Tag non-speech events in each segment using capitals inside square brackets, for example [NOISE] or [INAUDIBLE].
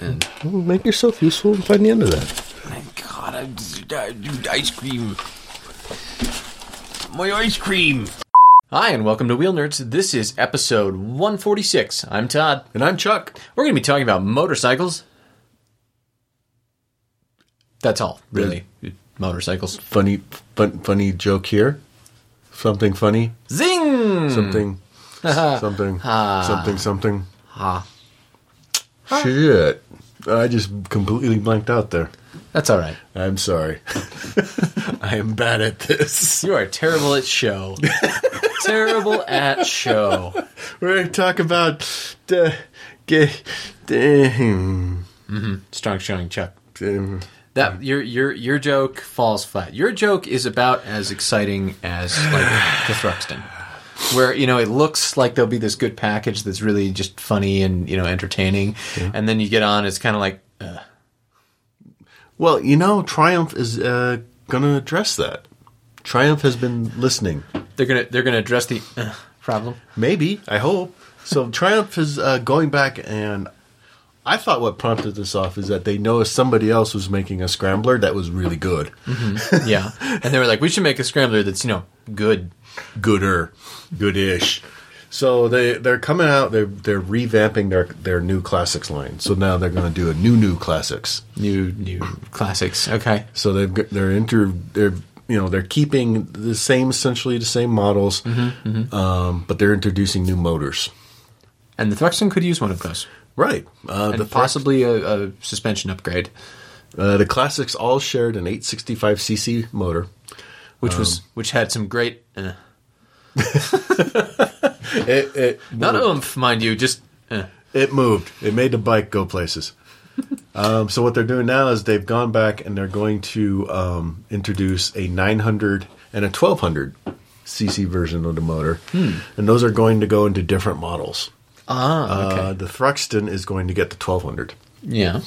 And Well, make yourself useful and find the end of that. my God, I, just- I dude, ice cream. My ice cream. Hi, and welcome to Wheel Nerds. This is episode 146. I'm Todd. And I'm Chuck. We're going to be talking about motorcycles. That's all, really. Motorcycles. Funny, fun, funny joke here. Something funny. Zing! Something. something. something. Something. Shit. I just completely blanked out there. That's all right. I'm sorry. [LAUGHS] I am bad at this. You are terrible [LAUGHS] at show. terrible at show. We're going to talk about the. hmm. Get, damn. Strong showing, Chuck. damn. That your your your joke falls flat. Your joke is about as exciting as like the Thruxton, where you know it looks like there'll be this good package that's really just funny and you know entertaining, and then you get on, it's kind of like uh, Well, you know, Triumph is uh, going to address that. Triumph has been listening. they're gonna they're gonna address the uh, problem. Maybe. I hope. So Triumph is uh, going back, and I thought what prompted this off is that they noticed somebody else was making a scrambler that was really good. Yeah, and they were like, we should make a scrambler that's you know good. Gooder. Goodish. So they they're coming out. They're they're revamping their their new classics line. So now they're going to do a new new classics. New new classics. Okay. So they've got- they're inter they're you know they're keeping the same essentially the same models, Um, but they're introducing new motors. And the Thruxton could use one of those. Right. Uh, And the possible. possibly a, a suspension upgrade, Uh, the classics all shared an 865cc motor. which was which had some great uh, It, it, not oomph, mind you, just uh, it moved. It made the bike go places. um, so what they're doing now is they've gone back and they're going to um, introduce a 900 and a 1200 cc version of the motor, and those are going to go into different models. ah okay. Uh, the Thruxton is going to get the 1200. Yeah.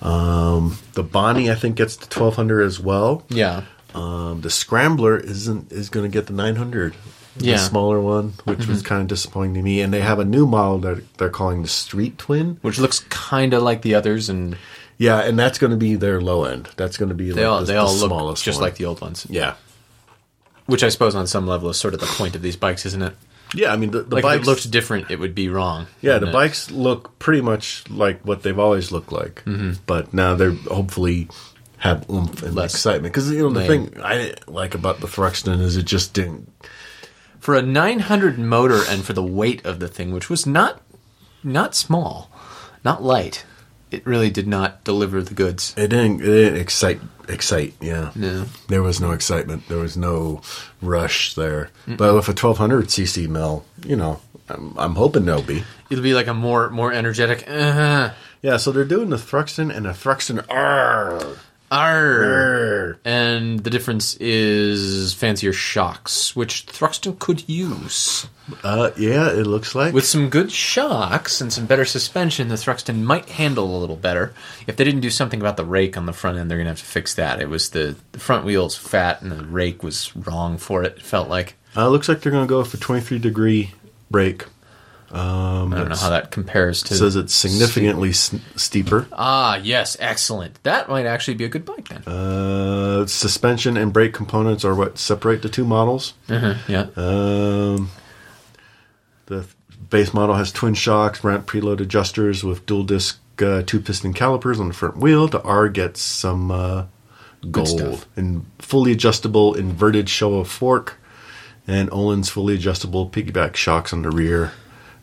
Um, the Bonnie, I think, gets the 1200 as well. Yeah. Um, the Scrambler isn't is going to get the 900, Yeah. Mm-hmm. the smaller one, which was kind of disappointing to me. And they have a new model that they're calling the Street Twin. Which looks kind of like the others, and Yeah, and that's going to be their low end. That's going to be they like all the, they the all look smallest just one. like the old ones. yeah, Which I suppose on some level is sort of the point of these bikes, isn't it? yeah. I mean the, the Like if bikes it looked different, it would be wrong. yeah the wouldn't it? bikes look pretty much like what they've always looked like, but now they're hopefully have oomph and Mm-hmm. Less excitement because you know the lame. thing I didn't like about the Thruxton is it just didn't for a 900 motor and for the weight of the thing, which was not not small, not light. It really did not deliver the goods. It didn't. It didn't excite. Excite. Yeah. No. There was no excitement. There was no rush there. But with a 1200 cc mill, you know, I'm, I'm hoping there'll be. It'll be like a more more energetic. Uh, Yeah. So they're doing the Thruxton and a Thruxton R. arr. And the difference is fancier shocks, which Thruxton could use. Uh, yeah. It looks like. With some good shocks and some better suspension, the Thruxton might handle a little better. If they didn't do something about the rake on the front end, they're going to have to fix that. It was the, the front wheel's fat and the rake was wrong for it, it felt like. uh, looks like they're gonna go for 23 degree break. I don't know how that compares to. It says it's significantly s- steeper. Ah, yes, excellent. That might actually be a good bike then. Uh, suspension and brake components are what separate the two models. Uh-huh, yeah. Um, the base model has twin shocks, ramp preload adjusters with dual disc uh, two piston calipers on the front wheel. The R gets some uh, gold stuff. and fully adjustable inverted Showa fork, and Olin's fully adjustable piggyback shocks on the rear.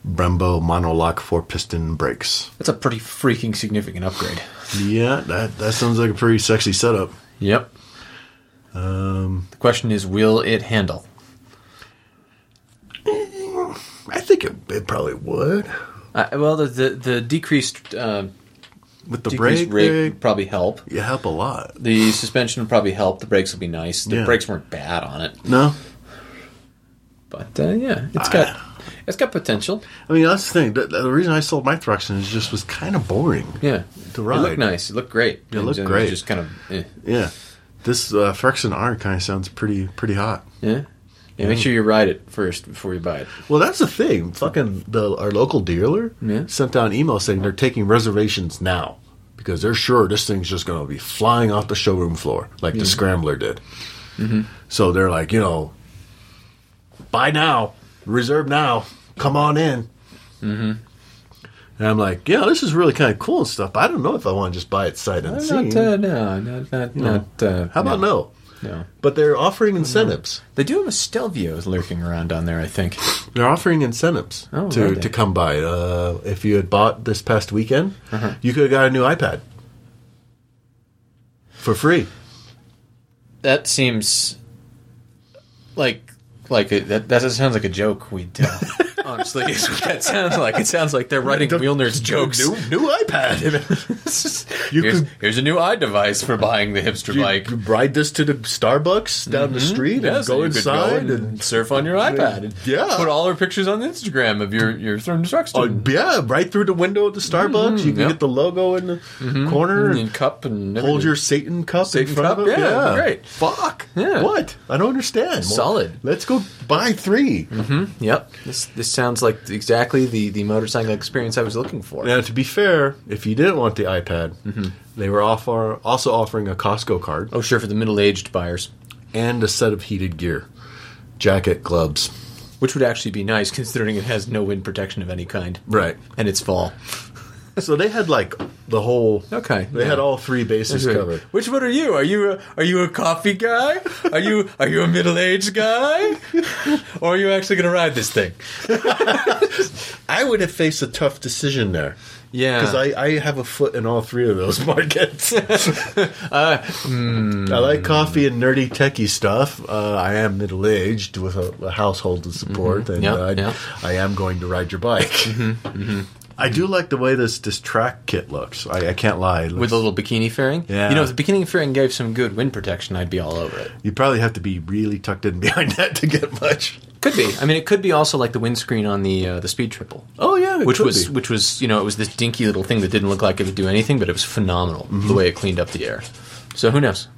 Brembo monolock four piston brakes. That's a pretty freaking significant upgrade. Yeah, that that sounds like a pretty sexy setup. Yep. Um, the question is will it handle? I think it, it probably would Uh, well, the, the, the decreased, uh, with the decreased brake. rate Rake, would probably help. you help a lot. The suspension would probably help. The brakes will be nice. The Yeah. brakes weren't bad on it, No, but uh, yeah, it's got Ah. it's got potential. I mean, that's the thing. The, the reason I sold my Thruxton is just was kind of boring. Yeah, To it ride. looked nice. It looked great. It looked was great. Just kind of eh. Yeah. This uh, Thruxton R kind of sounds pretty pretty hot. yeah. Yeah, make sure you ride it first before you buy it. Well, that's the thing. Fucking the, our local dealer Yeah. sent out an email saying they're taking reservations now. because they're sure this thing's just going to be flying off the showroom floor like the Scrambler did. Mm-hmm. So they're like, you know, buy now, reserve now, come on in. Mm-hmm. And I'm like, yeah, this is really kind of cool and stuff. But I don't know if I want to just buy it sight unseen. Not, uh, no, not, not, not uh, How about no? No. But they're offering incentives. They do have a Stelvio lurking around on there, I think. They're offering incentives Oh, are to, they? to come by. Uh, if you had bought this past weekend, Uh-huh. you could have got a new iPad for free. That seems like like a, that. That sounds like a joke we'd tell. Honestly, is what that sounds like. It sounds like they're writing Wheelner's jokes. New, new iPad. [LAUGHS] You here's, could- here's a new eye device for buying the hipster you, bike. you ride this to the Starbucks down the street Yeah, and so go Mm-hmm. you could go inside and, and. surf on your iPad. And Yeah. Put all our pictures on Instagram of your your Throne Oh, Destruction yeah, right through the window of the Starbucks. you can Mm-hmm. yep. get the logo in the corner and and cup and hold everything. your Satan cup Satan in front cup. of it. Yeah, great. Fuck. Yeah. What? I don't understand. Well, Solid. let's go buy 3 Yep. This this sounds like exactly the the motorcycle experience I was looking for. Now, to be fair, if you didn't want the iPad, Mm-hmm. they were offer, also offering a Costco card Oh, sure, for the middle aged buyers, and a set of heated gear, jacket, gloves. which would actually be nice considering it has no wind protection of any kind, Right. and it's fall. So they had like the whole. Okay, They yeah. had all three bases covered. [LAUGHS] Which one are you? Are you a, are you a coffee guy? Are you are you a middle aged guy? [LAUGHS] or are you actually going to ride this thing? I would have faced a tough decision there Yeah. because I, I have a foot in all three of those [LAUGHS] [LAUGHS] markets. Uh, hmm. I like coffee and nerdy techie stuff. Uh, I am middle aged with a, a household to support, and Mm-hmm. Yeah, I, yeah. Mm-hmm, I am going to ride your bike. I do like the way this this track kit looks. I, I can't lie. It with looks- a little bikini fairing, Yeah. You know, if the bikini fairing gave some good wind protection, I'd be all over it. you probably have to be really tucked in [LAUGHS] behind that to get much. Could be. I mean, it could be also like the windscreen on the uh, the speed triple. Oh yeah, which was which was you know it was this dinky little thing that didn't look like it would do anything, but it was phenomenal Mm-hmm. the way it cleaned up the air. So who knows?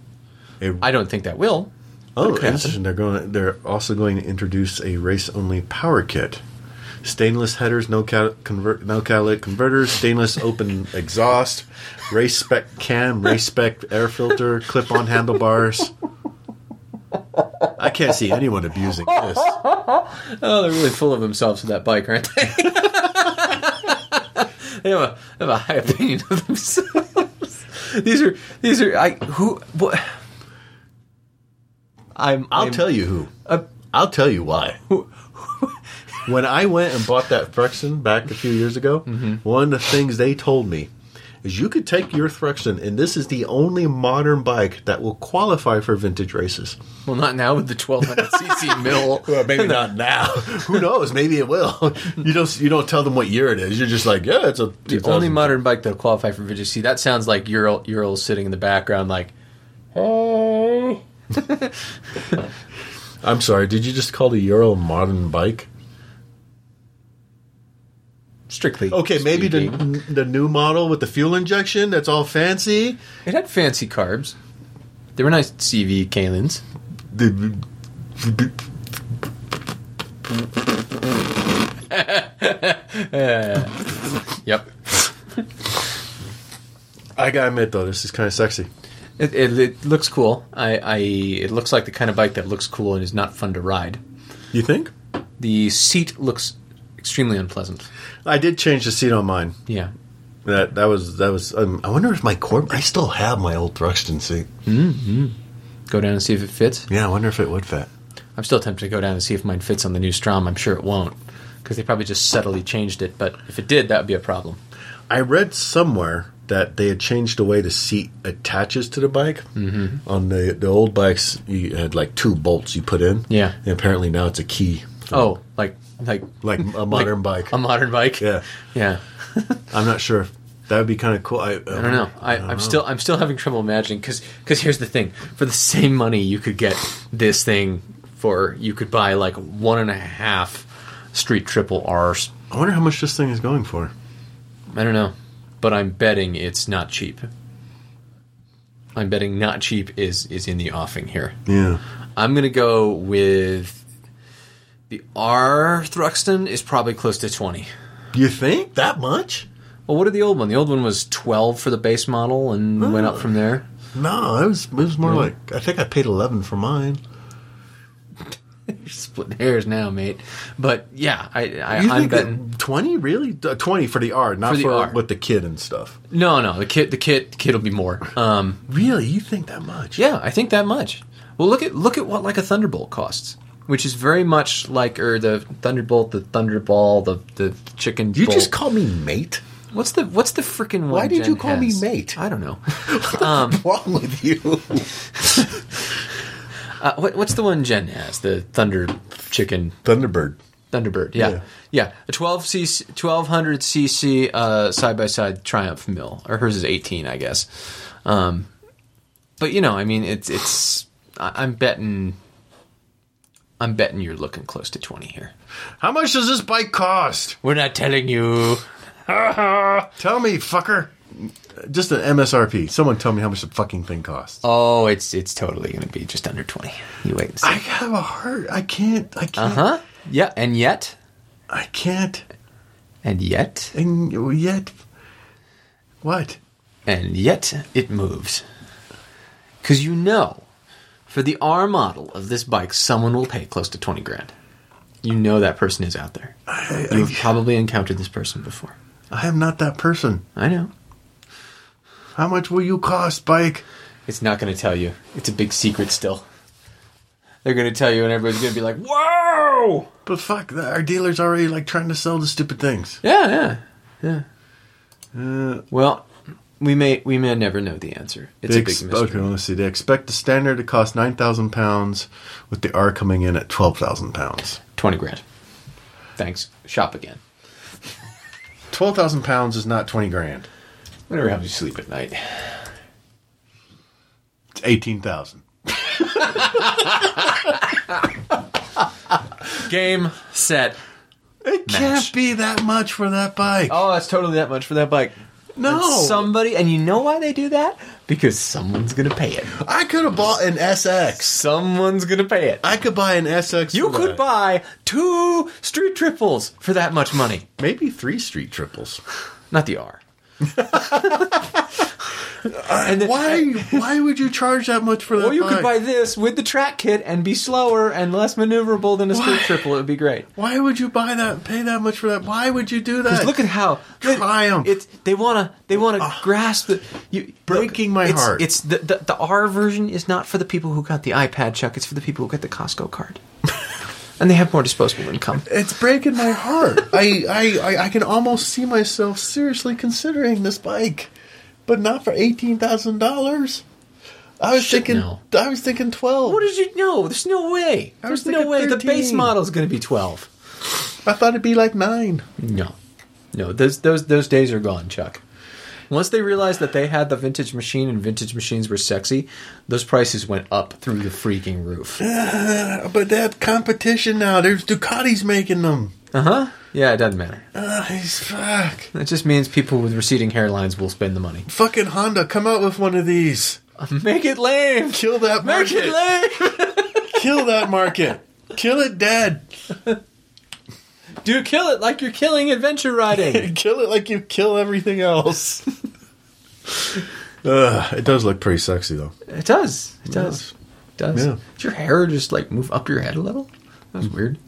A- I don't think that will. Oh, Okay. interesting. They're going. They're also going to introduce a race-only power kit. Stainless headers, no cat, convert, no catalytic converters, stainless open exhaust, race spec cam, race spec air filter, clip-on handlebars. I can't see anyone abusing this. Oh, they're really full of themselves with that bike, aren't they? [LAUGHS] they, have a, they have a high opinion of themselves. [LAUGHS] these are these are I who what. I'm, I'll I'm- tell you who. I'll tell you why. Uh, [LAUGHS] when I went and bought that Thruxton back a few years ago, one of the things they told me is you could take your Thruxton, and this is the only modern bike that will qualify for vintage races. well not now with [LAUGHS] the 1200cc mill. [LAUGHS] maybe not now. [LAUGHS] Who knows? Maybe it [LAUGHS] will. You don't. You don't tell them what year it is. You're just like, yeah, it's a The only 2000. modern bike that'll qualify for vintage. See, that sounds like Ural Ural sitting in the background, like I'm sorry. Did you just call the Euro a modern bike? strictly. Okay, maybe speaking. the the new model with the fuel injection that's all fancy. It had fancy carbs. They were nice CV Kalins. The Yep. I gotta admit though, this is kind of sexy. It, it, it looks cool. I, I it looks like the kind of bike that looks cool and is not fun to ride. You think? The seat looks extremely unpleasant. I did change the seat on mine. Yeah. That that was that was. Um, I wonder if my cord. I still have my old Thruxton seat. Go down and see if it fits. Yeah, I wonder if it would fit. I'm still tempted to go down and see if mine fits on the new Strom. I'm sure it won't because they probably just subtly changed it. But if it did, that would be a problem. I read somewhere that they had changed the way the seat attaches to the bike. Mm-hmm. On the the old bikes, you had like two bolts you put in. Yeah. And apparently now it's a key. for- Oh, like like Like [LAUGHS] um, a modern bike. a modern bike. yeah. Yeah. I'm not sure. if That would be kind of cool. I, I don't I don't know. I, I'm still I'm still having trouble imagining because here's the thing: for the same money, you could get this thing for you could buy like one and a half street triple R's. I wonder how much this thing is going for. I don't know, but I'm betting it's not cheap. I'm betting not cheap is is in the offing here. Yeah. I'm gonna go with the R Thruxton is probably close to twenty. You think that much? Well, what did the old one? The old one was twelve for the base model and went up from there. No, it was it was more like I think I paid eleven for mine. [LAUGHS] You're splitting hairs now, mate. But yeah, I, I You I'm think betting. twenty really Uh, twenty for the R, not For for, the R. with the kid and stuff. No, no, the kit, the kit, kit will be [LAUGHS] more. Um, Really, you think that much? yeah, I think that much. Well, look at look at what like a thunderbolt costs, which is very much like or the thunderbolt, the thunderball, the the chicken. You bolt. just call me mate. [LAUGHS] what's the what's the freaking one? Why did Jen you call me has? mate? I don't know. What's wrong with you? Uh, what, what's the one Jen has? The thunder chicken Thunderbird. [LAUGHS] Thunderbird. Yeah, Yeah. yeah. A twelve cc, twelve hundred cc side by side Triumph mill, or hers is eighteen, I guess. Um, but you know, I mean, it's it's. I, I'm betting. I'm betting you're looking close to twenty here. How much does this bike cost? We're not telling you. Tell me, fucker. Just an MSRP. Someone tell me how much the fucking thing costs. Oh, it's it's totally going to be just under twenty. You wait and see. I have a heart. I can't. I Uh can't. huh. Yeah, and yet, I can't. and yet, And yet, what? and yet, it moves. Because you know, for the R model of this bike, someone will pay close to 20 grand. You know that person is out there. I, You've I, probably encountered this person before. I am not that person. I know. How much will you cost, bike? It's not going to tell you. It's a big secret still. They're going to tell you, and everybody's going to be like, whoa! But fuck, the- our dealer's already like trying to sell the stupid things. Yeah, yeah, yeah. Uh, well, we may we may never know the answer. It's They a big ex- mystery. Okay, let's see. They expect the standard to cost nine thousand pounds, with the R coming in at twelve thousand pounds. 20 grand. Thanks. Shop again. Twelve thousand pounds is not twenty grand. Whatever helps you sleep at night. It's eighteen thousand. Game, set. It Match. can't be that much for that bike. Oh, that's totally that much for that bike. no, Somebody, and you know why they do that? Because someone's gonna pay it. I could have bought an SX. Someone's gonna pay it. I could buy an SX. You for could that. buy two street triples for that much money. maybe three street [LAUGHS] triples. Not the [LAUGHS] R. and then, Why? why would you charge that much for that? Or you could buy bike? this with the track kit and be slower and less maneuverable than a street Why? triple. It would be great. Why would you buy that? Pay that much for that? Why would you do that? Look at how look, Triumph. It's they wanna they wanna grasp the you Breaking my it's- heart. It's the, the the R version is not for the people who got the iPad, Chuck. It's for the people who got the Costco [LAUGHS] card, and they have more disposable income. It's breaking my heart. I, I, I, I can almost see myself seriously considering this bike, but not for eighteen thousand dollars. I was Shit, thinking. no. I was thinking twelve. What did you know? There's no way. I was There's no thinking way the base 13. model is going to be twelve. I thought it'd be like nine. No, no. Those those those days are gone, Chuck. Once they realized that they had the vintage machine and vintage machines were sexy, those prices went up through the freaking roof. [SIGHS] Uh, But that competition now. There's Ducati's making them. Uh huh. Yeah, it doesn't matter. Uh, he's fuck. That just means people with receding hairlines will spend the money. [LAUGHS] Fucking Honda, come out with one of these. Make it lame. Kill that Make market. it lame. [LAUGHS] Kill that market. Kill it dead. Do kill it like you're killing adventure [LAUGHS] riding. Kill it like you kill everything [LAUGHS] else. Ugh, it does look pretty sexy though. it does. It does. It does. Yeah. Did your hair just like move up your head a little? That was weird.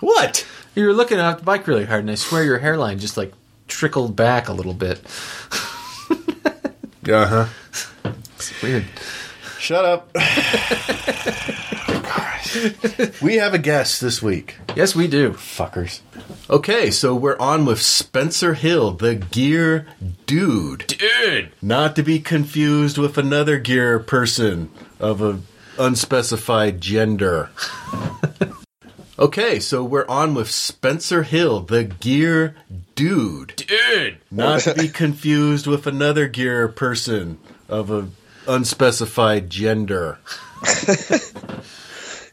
What? You were looking at the bike really hard, and I swear your hairline just like trickled back a little bit. Uh huh. It's weird. Shut [LAUGHS] up. Oh, we have a guest this week. Yes, we do. Fuckers. Okay, so we're on with Spencer Hill, the gear dude. Dude, Not to be confused with another gear person of a unspecified [LAUGHS] gender. okay, so we're on with Spencer Hill, the gear dude. dude, Not to [LAUGHS] be confused with another gear person of a unspecified gender.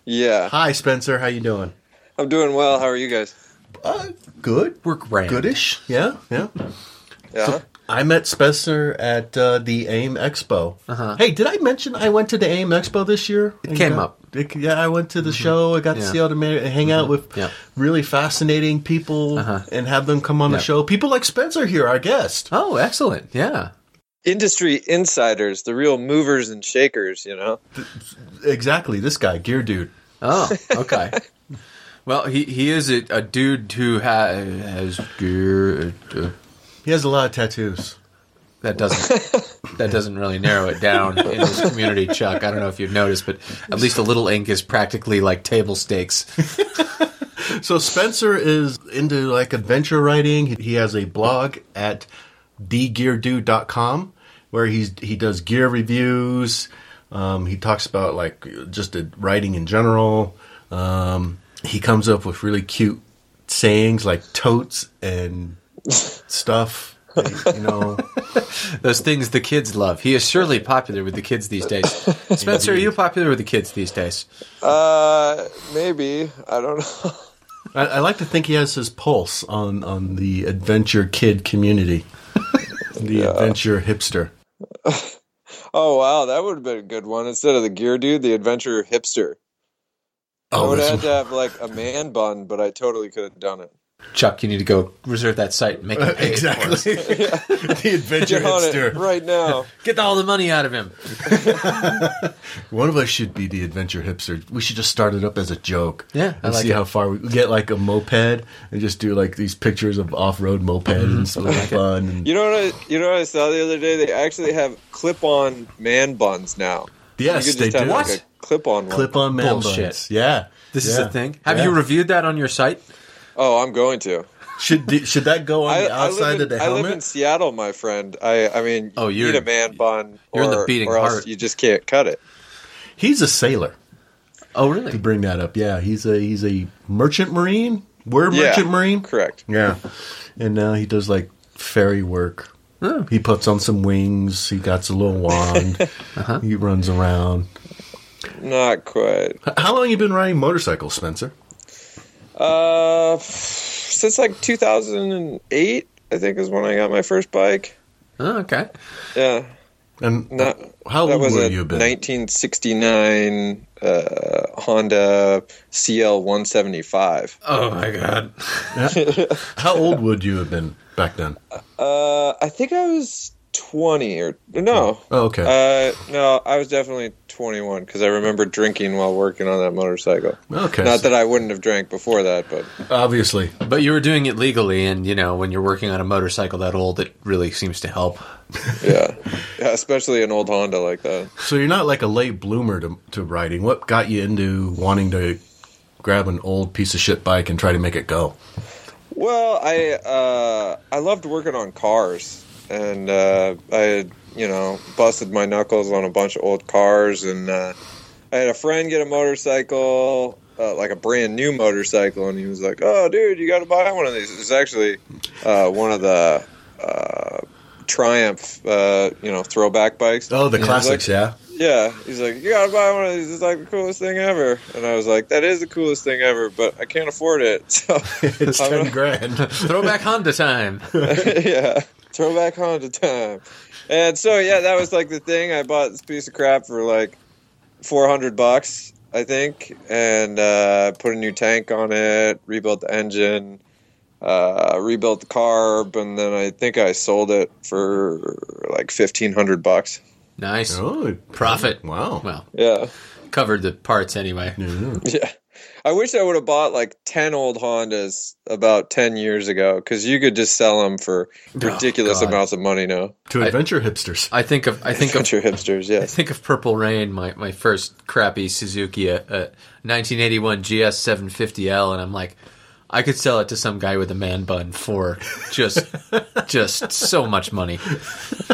Yeah, Hi Spencer, how you doing? I'm doing well. How are you guys? Uh, good. We're grand. Goodish. Yeah, yeah. Yeah. I met Spencer at uh, the AIM Expo. Hey, did I mention I went to the AIM Expo this year? Uh-huh. It came up. Mm-hmm. it, yeah, I went to the show. I got to Yeah. Mm-hmm. see all the man, hang out with Yeah. Uh-huh. really fascinating people and have them come on the Yeah. show. People like Spencer here, our guest. Oh, excellent. Yeah. Industry insiders, the real movers and shakers, you know. Exactly, this guy, Gear Dude. [LAUGHS] Oh, okay. well, he, he is a, a dude who ha- has gear. uh, He has a lot of tattoos. that doesn't that doesn't really narrow it down in this community, Chuck. I don't know if you've noticed, but at least a little ink is practically like table stakes. So Spencer is into like adventure writing. He- He has a blog at thegeardude.com where he's he does gear reviews. Um, he talks about like just the writing in general. Um, he comes up with really cute sayings like totes [LAUGHS] and stuff. You know, Those things the kids love. He is surely popular with the kids these days. Spencer, are you popular with the kids these days? Uh, maybe I don't [LAUGHS] know. I, I like to think he has his pulse on on the adventure kid community, the adventure hipster. Oh wow, that would have been a good one instead of the gear dude, the adventure hipster. I would that's- have had to have like a man bun, but I totally could have done it. Chuck, you need to go reserve that site and make Uh, him pay exactly. Exactly. [LAUGHS] the adventure Get on hipster. it right now. Get all the money out of him. One of us should be the adventure hipster. We should just start it up as a joke. Yeah, I and like see it. how far we get. Like a moped, and just do like these pictures of off-road [LAUGHS] mopeds and stuff like fun. And, You know what I? You know what I saw the other day? They actually have clip-on man buns now. you yes, could they just do. have like a clip-on one. Clip-on man Bullshit. buns. Yeah, This is Yeah. the thing. Have Yeah. you reviewed that on your site? Oh, I'm going to. should do- should that go on I, the I outside live in, of the I helmet? live in Seattle, my friend. I I mean, Oh, you you're- need a man bun, you're in the or- beating or else heart. you just can't cut it. He's a sailor. Oh, To really? bring that up, yeah, he's a he's a merchant marine. We're merchant yeah, marine. correct. Yeah. And now he does like fairy work. He puts on some wings. He got a little wand. [LAUGHS] He runs around. Not [LAUGHS] quite. H- How long you been riding motorcycles, Spencer? Uh, since like 2008, I think is when I got my first bike. Oh, okay. Yeah, And not how that old was were a you been? 1969 uh, Honda CL 175. Oh my god. How old would you have been back then? Uh, I think I was 20 or no. Oh, okay. Uh, no, I was definitely 21 because I remember drinking while working on that motorcycle. okay. Uh, Not that I wouldn't have drank before that, but obviously. But you were doing it legally, and you know when you're working on a motorcycle that old, it really seems to help. yeah, [LAUGHS] yeah especially an old Honda like that. So you're not like a late bloomer to, to riding. What got you into wanting to grab an old piece of shit bike and try to make it go? Well, I uh, I loved working on cars, and uh, I had, you know busted my knuckles on a bunch of old cars, and uh, I had a friend get a motorcycle, uh, like a brand new motorcycle, and he was like, "Oh, dude, you got to buy one of these." It's actually uh, one of the uh, Triumph, uh, you know, throwback bikes. Oh, the He was classics, like, yeah. yeah, he's like, you gotta buy one of these. It's like the coolest thing ever. And I was like, that is the coolest thing ever, but I can't afford it. [LAUGHS] So [LAUGHS] It's I'm ten gonna- grand. [LAUGHS] Throwback Honda time. [LAUGHS] yeah, throwback Honda time. And so yeah, that was like the thing. I bought this piece of crap for like four hundred bucks, I think, and uh, put a new tank on it, rebuilt the engine, uh, rebuilt the carb, and then I think I sold it for like fifteen hundred bucks. Nice oh, profit. Wow. Well, Yeah. covered the parts anyway. Yeah. Yeah. I wish I would have bought like 10 old Hondas about 10 years ago because you could just sell them for ridiculous Oh, God. amounts of money now. To adventure hipsters. I think of I think of [LAUGHS] Bunch of hipsters, yes. think of Purple Rain, my, my first crappy Suzuki, uh, uh, 1981 GS 750L, and I'm like, I could sell it to some guy with a man bun for [LAUGHS] just just so much money.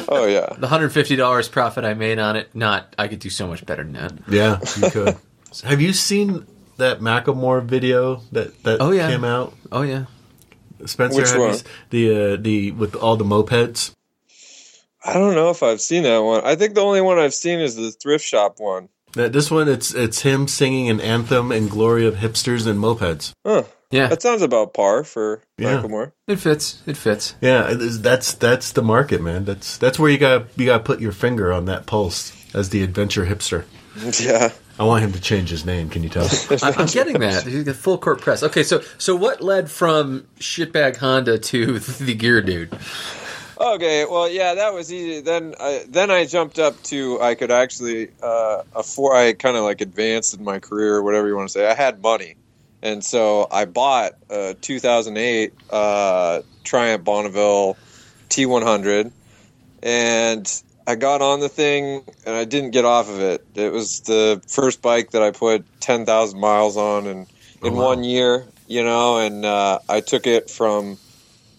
Oh, yeah. The 150 dollars profit I made on it, not I could do so much better than that. Yeah, you [LAUGHS] could. Have you seen that Macklemore video that that Oh, yeah. came out? Oh yeah, Spencer, Which have you one? s- the uh, the with all the mopeds. I don't know if I've seen that one. I think the only one I've seen is the thrift shop one. Now, this one, it's it's him singing an anthem in glory of hipsters and mopeds. Huh. yeah, That sounds about par for Yeah. Macklemore. it fits. It fits. Yeah, it is- that's that's the market, man. That's that's where you got to you got to put your finger on that pulse as the adventure hipster. [LAUGHS] Yeah. I want him to change his name. Can you [LAUGHS] tell? I, I'm getting that. The full court press. Okay, so so what led from shitbag Honda to [LAUGHS] the gear dude? Okay, well, yeah, that was easy. Then, I, then I jumped up to I could actually uh, afford. I kind of like advanced in my career, or whatever you want to say. I had money, and so I bought a 2008 uh, Triumph Bonneville T100, and I got on the thing, and I didn't get off of it. It was the first bike that I put 10,000 miles on, and in one year, you know, and uh, I took it from.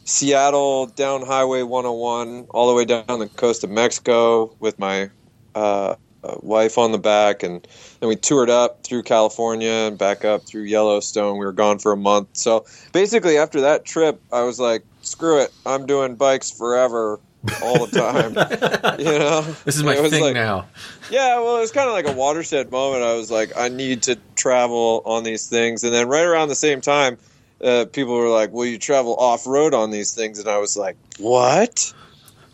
Seattle down Highway 101 all the way down the coast of Mexico with my uh, uh, wife on the back, and then we toured up through California and back up through Yellowstone. We were gone for a month, so basically after that trip, I was like, "Screw it, I'm doing bikes forever." all the [LAUGHS] time, you know. This is my It was thing like- now. yeah, well, it was kind of like a watershed moment. I was like, I need to travel on these things, and then right around the same time, uh, people were like, "Will you travel off road on these things?" And I was like, "What?"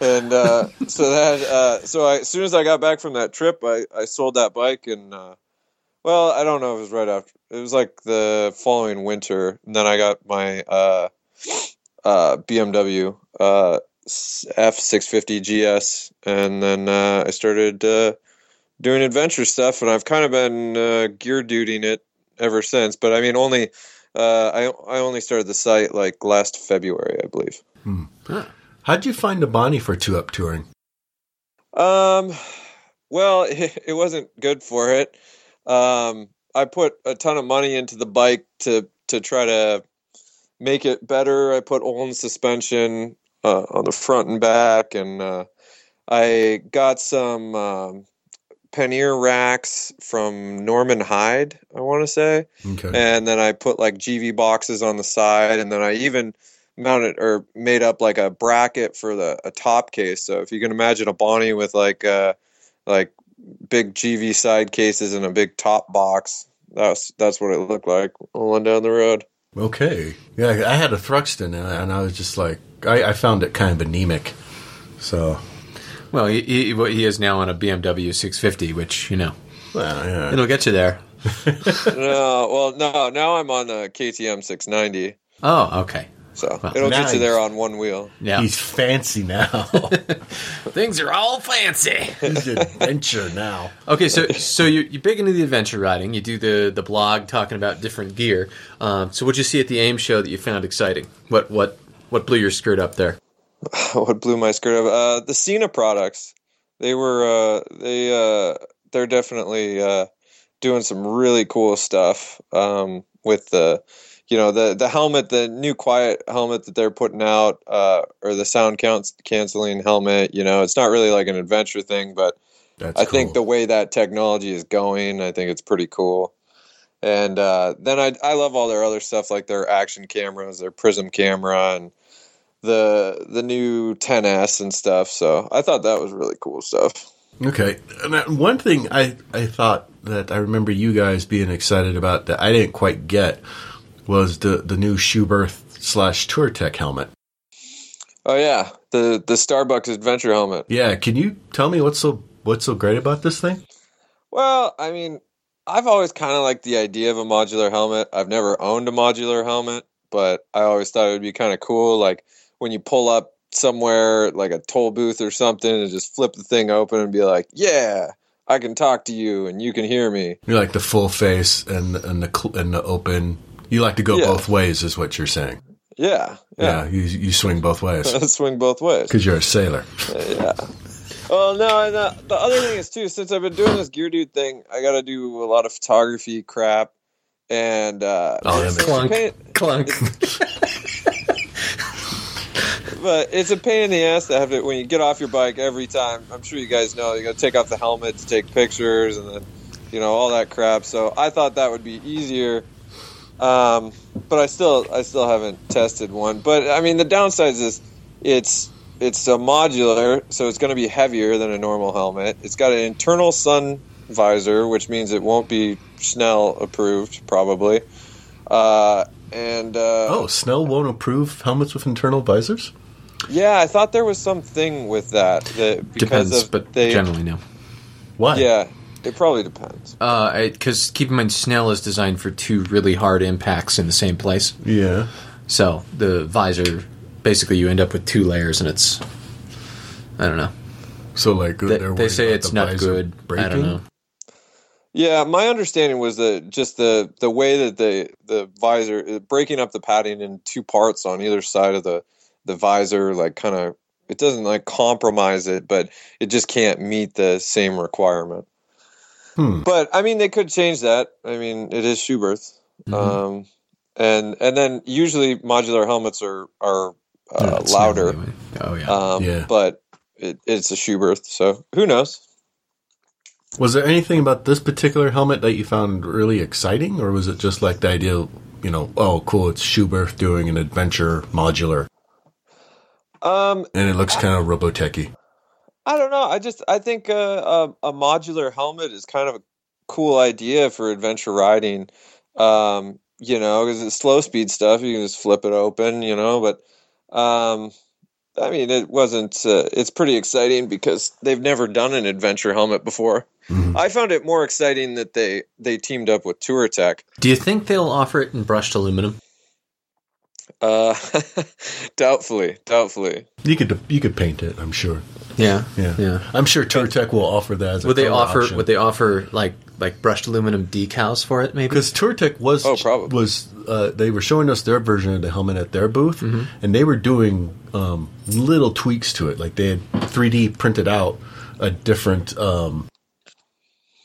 And uh, so that, uh, so I, as soon as I got back from that trip, I, I sold that bike, and uh, well, I don't know if it was right after. It was like the following winter, and then I got my uh, uh, BMW uh, F650 GS, and then uh, I started. Uh, doing adventure stuff, and I've kind of been uh, gear duting it ever since. But I mean, only uh, I I only started the site like last February, I believe. How'd you find the Bonnie for two up touring? Um, well, [LAUGHS] it, it wasn't good for it. Um, I put a ton of money into the bike to to try to make it better. I put Olin suspension uh, on the front and back, and uh, I got some um, pannier racks from Norman Hyde. I want to say. Okay. and then I put like GV boxes on the side, and then I even mounted or made up like a bracket for the a top case. So if you can imagine a Bonnie with like uh like big GV side cases and a big top box, that's that's what it looked like rolling down the road. Okay. Yeah, I had a Thruxton, and I, and I was just like, I, I found it kind of anemic. So, Well, he, he, what he is now on a BMW 650, which you know well, yeah. it'll get you there. no, well, no, now I'm on the KTM 690, Oh, okay. so Well, it'll get nice. you there on one wheel. Yeah, He's fancy now. things are all fancy. He's adventure now. Okay, so so you're, you're big into the adventure riding. You do the the blog talking about different gear. Um, so what you see at the AIM show that you found exciting? What what what blew your skirt up there? [LAUGHS] what blew my skirt up? Uh, the Cena products. They were uh, they uh, they're definitely uh, doing some really cool stuff um, with the you know the the helmet, the new quiet helmet that they're putting out, uh, or the sound counts canceling helmet. You know, it's not really like an adventure thing, but That's I think the way that technology is going, I think it's pretty cool. And uh, then I, I love all their other stuff, like their action cameras, their prism camera, and the the new 10s and stuff. So I thought that was really cool stuff. Okay. And that- one thing I, I thought that I remember you guys being excited about that I didn't quite get was the, the new Shoebirth slash Tour Tech helmet. Oh yeah, the the Starbucks adventure helmet. Yeah, can you tell me what's so what's so great about this thing? Well, I mean, I've always kind of liked the idea of a modular helmet. I've never owned a modular helmet, but I always thought it would be kind of cool. Like when you pull up somewhere, like a toll booth or something, and just flip the thing open and be like, yeah, I can talk to you and you can hear me. You like the full face and and the cl- and the open. You like to go Yeah. both ways, is what you're saying. Yeah. Yeah, Yeah. you you swing both [LAUGHS] ways Swing both ways. because you're a sailor. Well, no, and uh, the other thing is too. Since I've been doing this gear dude thing, I got to do a lot of photography crap, and uh, Oh, that it's makes a sense. pain- Clunk. but it's a pain in the ass to have to when you get off your bike every time. I'm sure you guys know you got to take off the helmet to take pictures and then you know all that crap. So I thought that would be easier, um, but I still I still haven't tested one. But I mean the downsides is it's it's a modular, so it's going to be heavier than a normal helmet. It's got an internal sun visor, which means it won't be Schnell approved probably. Uh, and uh, Oh, Snell won't approve helmets with internal visors. yeah, I thought there was something with that, that because [LAUGHS] Depends, of but they, generally no. Why? yeah, It probably depends. Because Uh, keep in mind, Snell is designed for two really hard impacts in the same place. Yeah. So the visor, basically, you end up with two layers, and it's I don't know. So like They, they're they worried say about it's the not visor good. I don't breaking? know. Yeah, my understanding was that just the the way that the the visor uh, breaking up the padding in two parts on either side of the the visor, like kind of it doesn't like compromise it, but it just can't meet the same requirement. Hmm. But I mean, they could change that. I mean, it is Schubert, Mm-hmm. um, and and then usually modular helmets are are No, uh, it's not louder. anyway. Oh yeah. Um, Yeah. But it, it's a Schubert, so who knows? Was there anything about this particular helmet that you found really exciting, or was it just like the idea, you know, oh, cool, it's Schubert doing an adventure modular, Um, and it looks kind of Robotech-y. I don't know. I just I think uh, a, a modular helmet is kind of a cool idea for adventure riding. Um, you know, because it's slow speed stuff. You can just flip it open. You know, but um, I mean, it wasn't. Uh, it's pretty exciting because they've never done an adventure helmet before. I found it more exciting that they they teamed up with Tour Tech. Do you think they'll offer it in brushed aluminum? Uh, [LAUGHS] doubtfully, doubtfully. You could you could paint it, I'm sure. Yeah. Yeah, Yeah. I'm sure Turtech will offer that. As a Would they color offer? option. Would they offer like like brushed aluminum decals for it? Maybe. Because Turtec was Oh, probably. was uh, they were showing us their version of the helmet at their booth, Mm-hmm. and they were doing um, little tweaks to it. Like they had 3D printed out a different um,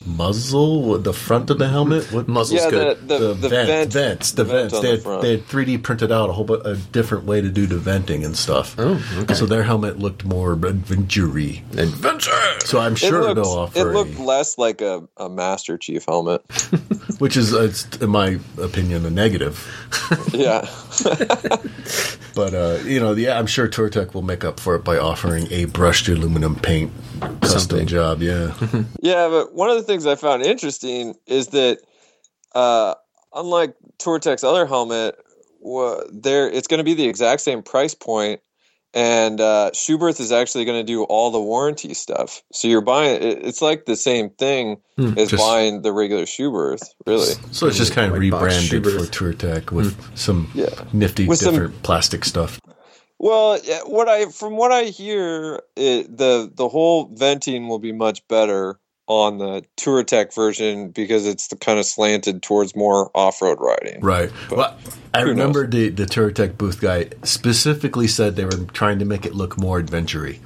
muzzle, the front of the helmet, what Muzzle's yeah, good. the the, the vent- vent, vents, the vent vents. on They the had, front. they had 3D printed out a whole bu- a different way to do the venting and stuff. Oh, okay. So their helmet looked more adventure-y. Adventure. So I'm It sure looked, they'll offer it a- looked less like a, a Master Chief helmet. [LAUGHS] which is, uh, it's, in my opinion, a negative. Yeah. But uh, you know, yeah, I'm sure Tortec will make up for it by offering a brushed aluminum paint custom Something. job. [LAUGHS] Yeah, Yeah, but one of the things I found interesting is that uh, unlike Tortec's other helmet, wha- there it's going to be the exact same price point, and uh, Schubert is actually going to do all the warranty stuff. So you're buying it, it's like the same thing as Hmm, just- buying the regular Schubert, really. so it's just kind of White box Hmm. rebranded for Schubert. Tortec with some Yeah. nifty With some- different plastic stuff. Well, yeah, what I from what I hear, it, the the whole venting will be much better on the Tour Tech version because it's the kind of slanted towards more off road riding. Right. Well, I who knows? remember the the Tortec booth guy specifically said they were trying to make it look more adventure-y.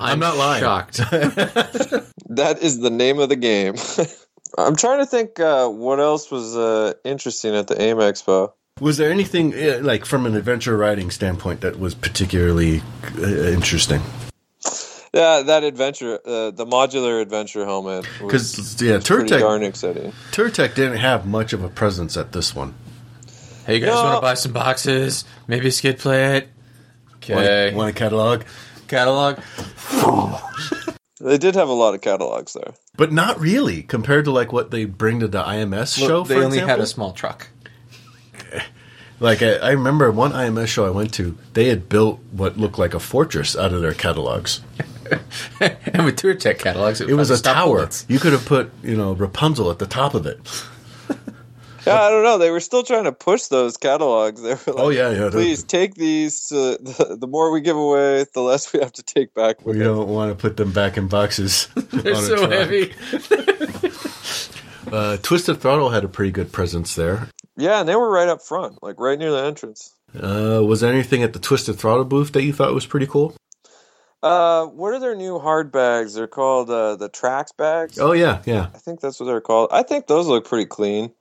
I'm, not lying. [LAUGHS] Shocked. That is the name of the game. [LAUGHS] I'm trying to think uh, what else was uh, interesting at the AIM Expo. Was there anything eh, like from an adventure riding standpoint that was particularly uh, interesting? Yeah, that adventure, uh, the modular adventure helmet, was Because yeah, pretty darn Turtec exciting. Turtec didn't have much of a presence at this one. Hey, you guys No. want to buy some boxes? Maybe a skid plate? Okay. Want, want a catalog? Catalog? They did have a lot of catalogs there. But not really compared to like what they bring to the IMS show. Look, they for only example. had a small truck. [LAUGHS] like I, I remember one IMS show I went to. They had built what looked like a fortress out of their catalogs. and with tour tech catalogs, It was a probably stopped tower. bullets. You could have put you know Rapunzel at the top of it. Yeah, I don't know. They were still trying to push those catalogs. [LAUGHS] They were like, Oh yeah, yeah. please take these. To, [LAUGHS] the, the more we give away, the less we have to take back. We With us. don't want to put them back in boxes. [LAUGHS] They're on a so truck. heavy. Uh, Twisted Throttle had a pretty good presence there. Yeah, and they were right up front, like right near the entrance. Uh, was there anything at the Twisted Throttle booth that you thought was pretty cool? Uh, what are their new hard bags? They're called uh, the Trax bags. Oh yeah, yeah. I think that's what they're called. I think those look pretty clean,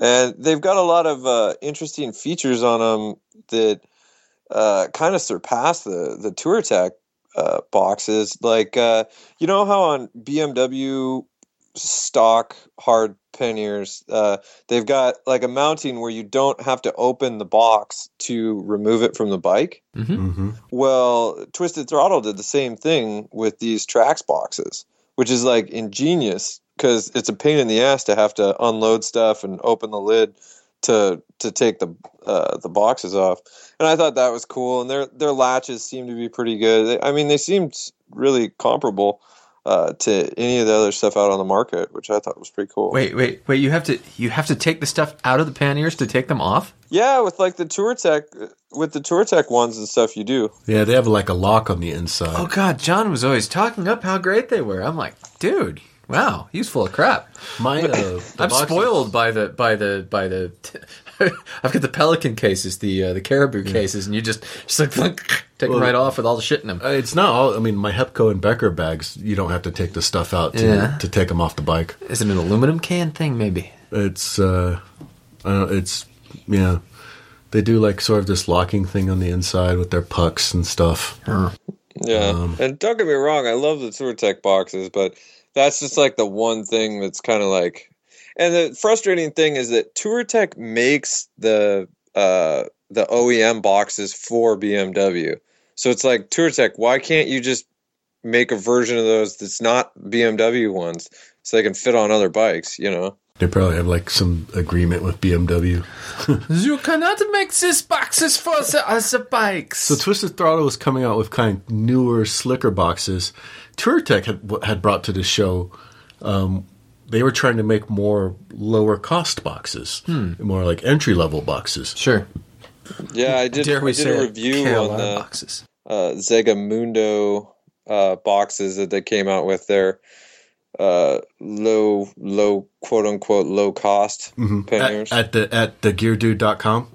and they've got a lot of uh, interesting features on them that uh, kind of surpass the the Tour Tech uh, boxes. Like uh, you know how on BMW stock hard panniers, uh, they've got like a mounting where you don't have to open the box to remove it from the bike. hmm Well, Twisted Throttle did the same thing with these Trax boxes, which is like ingenious because it's a pain in the ass to have to unload stuff and open the lid to to take the uh, the boxes off. And I thought that was cool. And their their latches seem to be pretty good. They- I mean, they seemed really comparable. uh, to any of the other stuff out on the market, which I thought was pretty cool. Wait, wait, wait! You have to you have to take the stuff out of the panniers to take them off. Yeah, with like the tour tech, with the tour tech ones and stuff, you do. Yeah, they have like a lock on the inside. Oh God, John was always talking up how great they were. I'm like, dude, wow, he's full of crap. My, uh, the Oh, I'm boxes- spoiled by the by the by the. [LAUGHS] I've got the pelican cases, the uh, the caribou cases, and you just just like [LAUGHS] thunk, take Well, them right off with all the shit in them. Uh, It's not all. I mean, my Hepco and Becker bags. You don't have to take the stuff out to Yeah. to take them off the bike. Is it an aluminum can thing? Maybe. It's uh, I don't, it's yeah. They do like sort of this locking thing on the inside with their pucks and stuff. Yeah, Um, and don't get me wrong, I love the tour tech boxes, but that's just like the one thing that's kind of like. And the frustrating thing is that tour tech makes the uh, the OEM boxes for BMW, so it's like tour tech. Why can't you just make a version of those that's not BMW ones, so they can fit on other bikes? You know. They probably have like some agreement with BMW. You cannot make these boxes for the other bikes. So Twisted Throttle was coming out with kind of newer, slicker boxes. Tour Tech had, had brought to the show. Um, they were trying to make more lower cost boxes, more like entry level boxes. sure. Yeah, I did. Dare we I did say a it, review KLR on the boxes? uh, Zega Mundo uh, boxes that they came out with their uh, low, low, quote unquote, low cost panniers. At, at the at the geardude.com.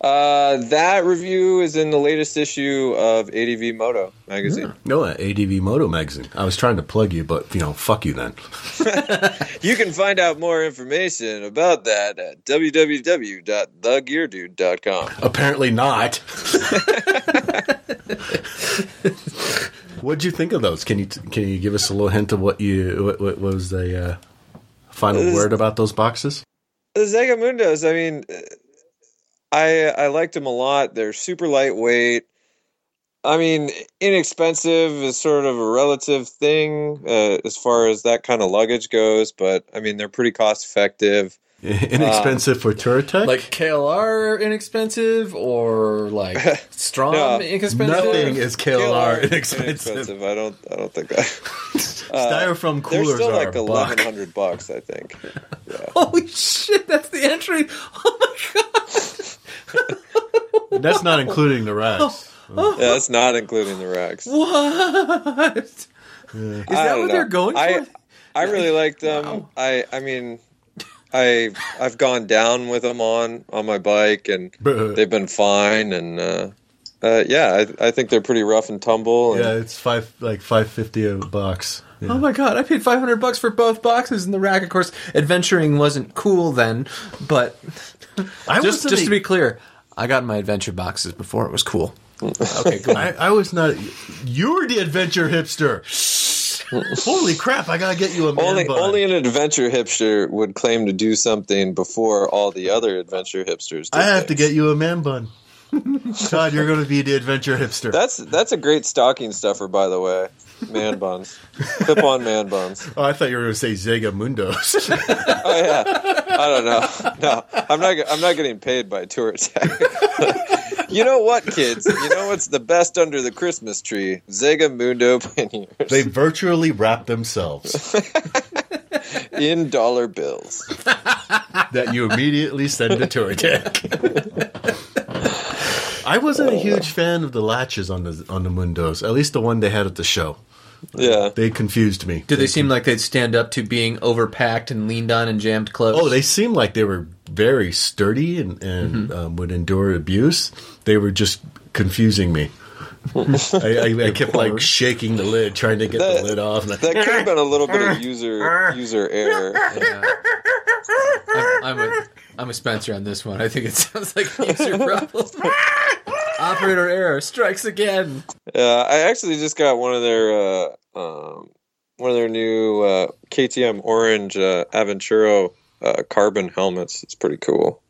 uh, that review is in the latest issue of ADV Moto magazine. No, at ADV Moto magazine. I was trying to plug you, but you know, fuck you then. You can find out more information about that at www.thegeardude.com. Apparently not. [LAUGHS] What'd you think of those? Can you can you give us a little hint of what you what, what was the uh, final This- word about those boxes? [LAUGHS] The Zegamundos, I mean, I I liked them a lot. They're super lightweight. I mean, inexpensive is sort of a relative thing uh, as far as that kind of luggage goes, but I mean, they're pretty cost effective. Inexpensive for Turatech? [LAUGHS] Like KLR inexpensive or like Strom [LAUGHS] No. inexpensive? nothing is KLR inexpensive. I don't I don't think [LAUGHS] that. Styrofoam They're coolers still are like a buck. eleven hundred bucks, I think. [LAUGHS] Holy shit, that's the entry. [LAUGHS] Oh my god. That's not including the racks. [LAUGHS] Yeah, that's not including the racks. What? Is I that don't what know. they're going I, for? I really like them. Wow. I I mean, I I've gone down with them on on my bike, and Bruh. they've been fine. And uh, uh, yeah, I, I think they're pretty rough and tumble. And Yeah, it's five like five fifty a box. Yeah. Oh my god, I paid 500 bucks for both boxes in the rack. Of course, adventuring wasn't cool then, but I just wasn't just a- [LAUGHS] to be clear, I got my adventure boxes before it was [LAUGHS] cool. Okay, cool. I, I was not. You're the adventure hipster. Holy crap! I gotta get you a man Only, bun. only an adventure hipster would claim to do something before all the other adventure hipsters. Did I have to things. get you a man bun. God, you're gonna be the adventure hipster. That's that's a great stocking stuffer, by the way. Man [LAUGHS] buns, clip on man buns. oh, I thought you were gonna say Zega Mundos. Oh yeah, I don't know. No, I'm not. I'm not getting paid by Tour Attack. [LAUGHS] you know what, kids? You know what's the best under the Christmas tree? Zega Mundo panniers [LAUGHS] they virtually wrap themselves in dollar bills. that you immediately send to tour deck. I wasn't a huge fan of the latches on the on the Mundos. At least the one they had at the show. Yeah, They confused me. Did they seem like they'd stand up to being overpacked and leaned on and jammed close? Oh, they seemed like they were very sturdy and, and Mm-hmm. um, would endure abuse. They were just confusing me. I, I, I kept like shaking the lid, trying to get That- the lid off. and I- that could have been a little bit of user user error. I'm, I'm a I'm a Spencer on this one. I think it [LAUGHS] sounds like user problem. Operator error strikes again. Uh, I actually just got one of their uh, um, one of their new uh, KTM orange uh, Aventuro uh, carbon helmets. It's pretty cool.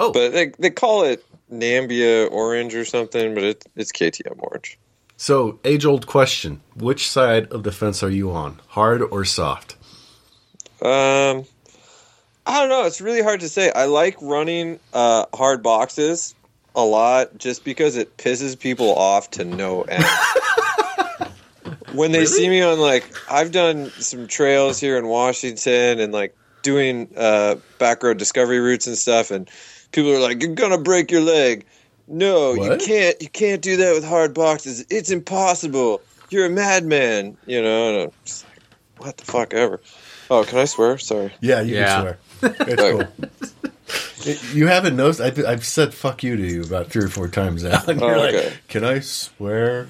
Oh. but they they call it Nambia orange or something, but it, it's KTM orange. So, age old question: Which side of the fence are you on, hard or soft? Um, I don't know. It's really hard to say. I like running uh, hard boxes a lot just because it pisses people off to no end. when they see me on like I've done some trails here in Washington and like doing uh, back road discovery routes and stuff, and people are like, "You're gonna break your leg." No, What? you can't. You can't do that with hard boxes. It's impossible. You're a madman. You know. And I'm just like, what the fuck ever. Oh, can I swear? Sorry. Yeah, you Yeah. can swear. [LAUGHS] It's cool. you haven't noticed. I've, I've said "fuck you" to you about three or four times now, and you're Oh, like, okay. "Can I [LAUGHS] swear?"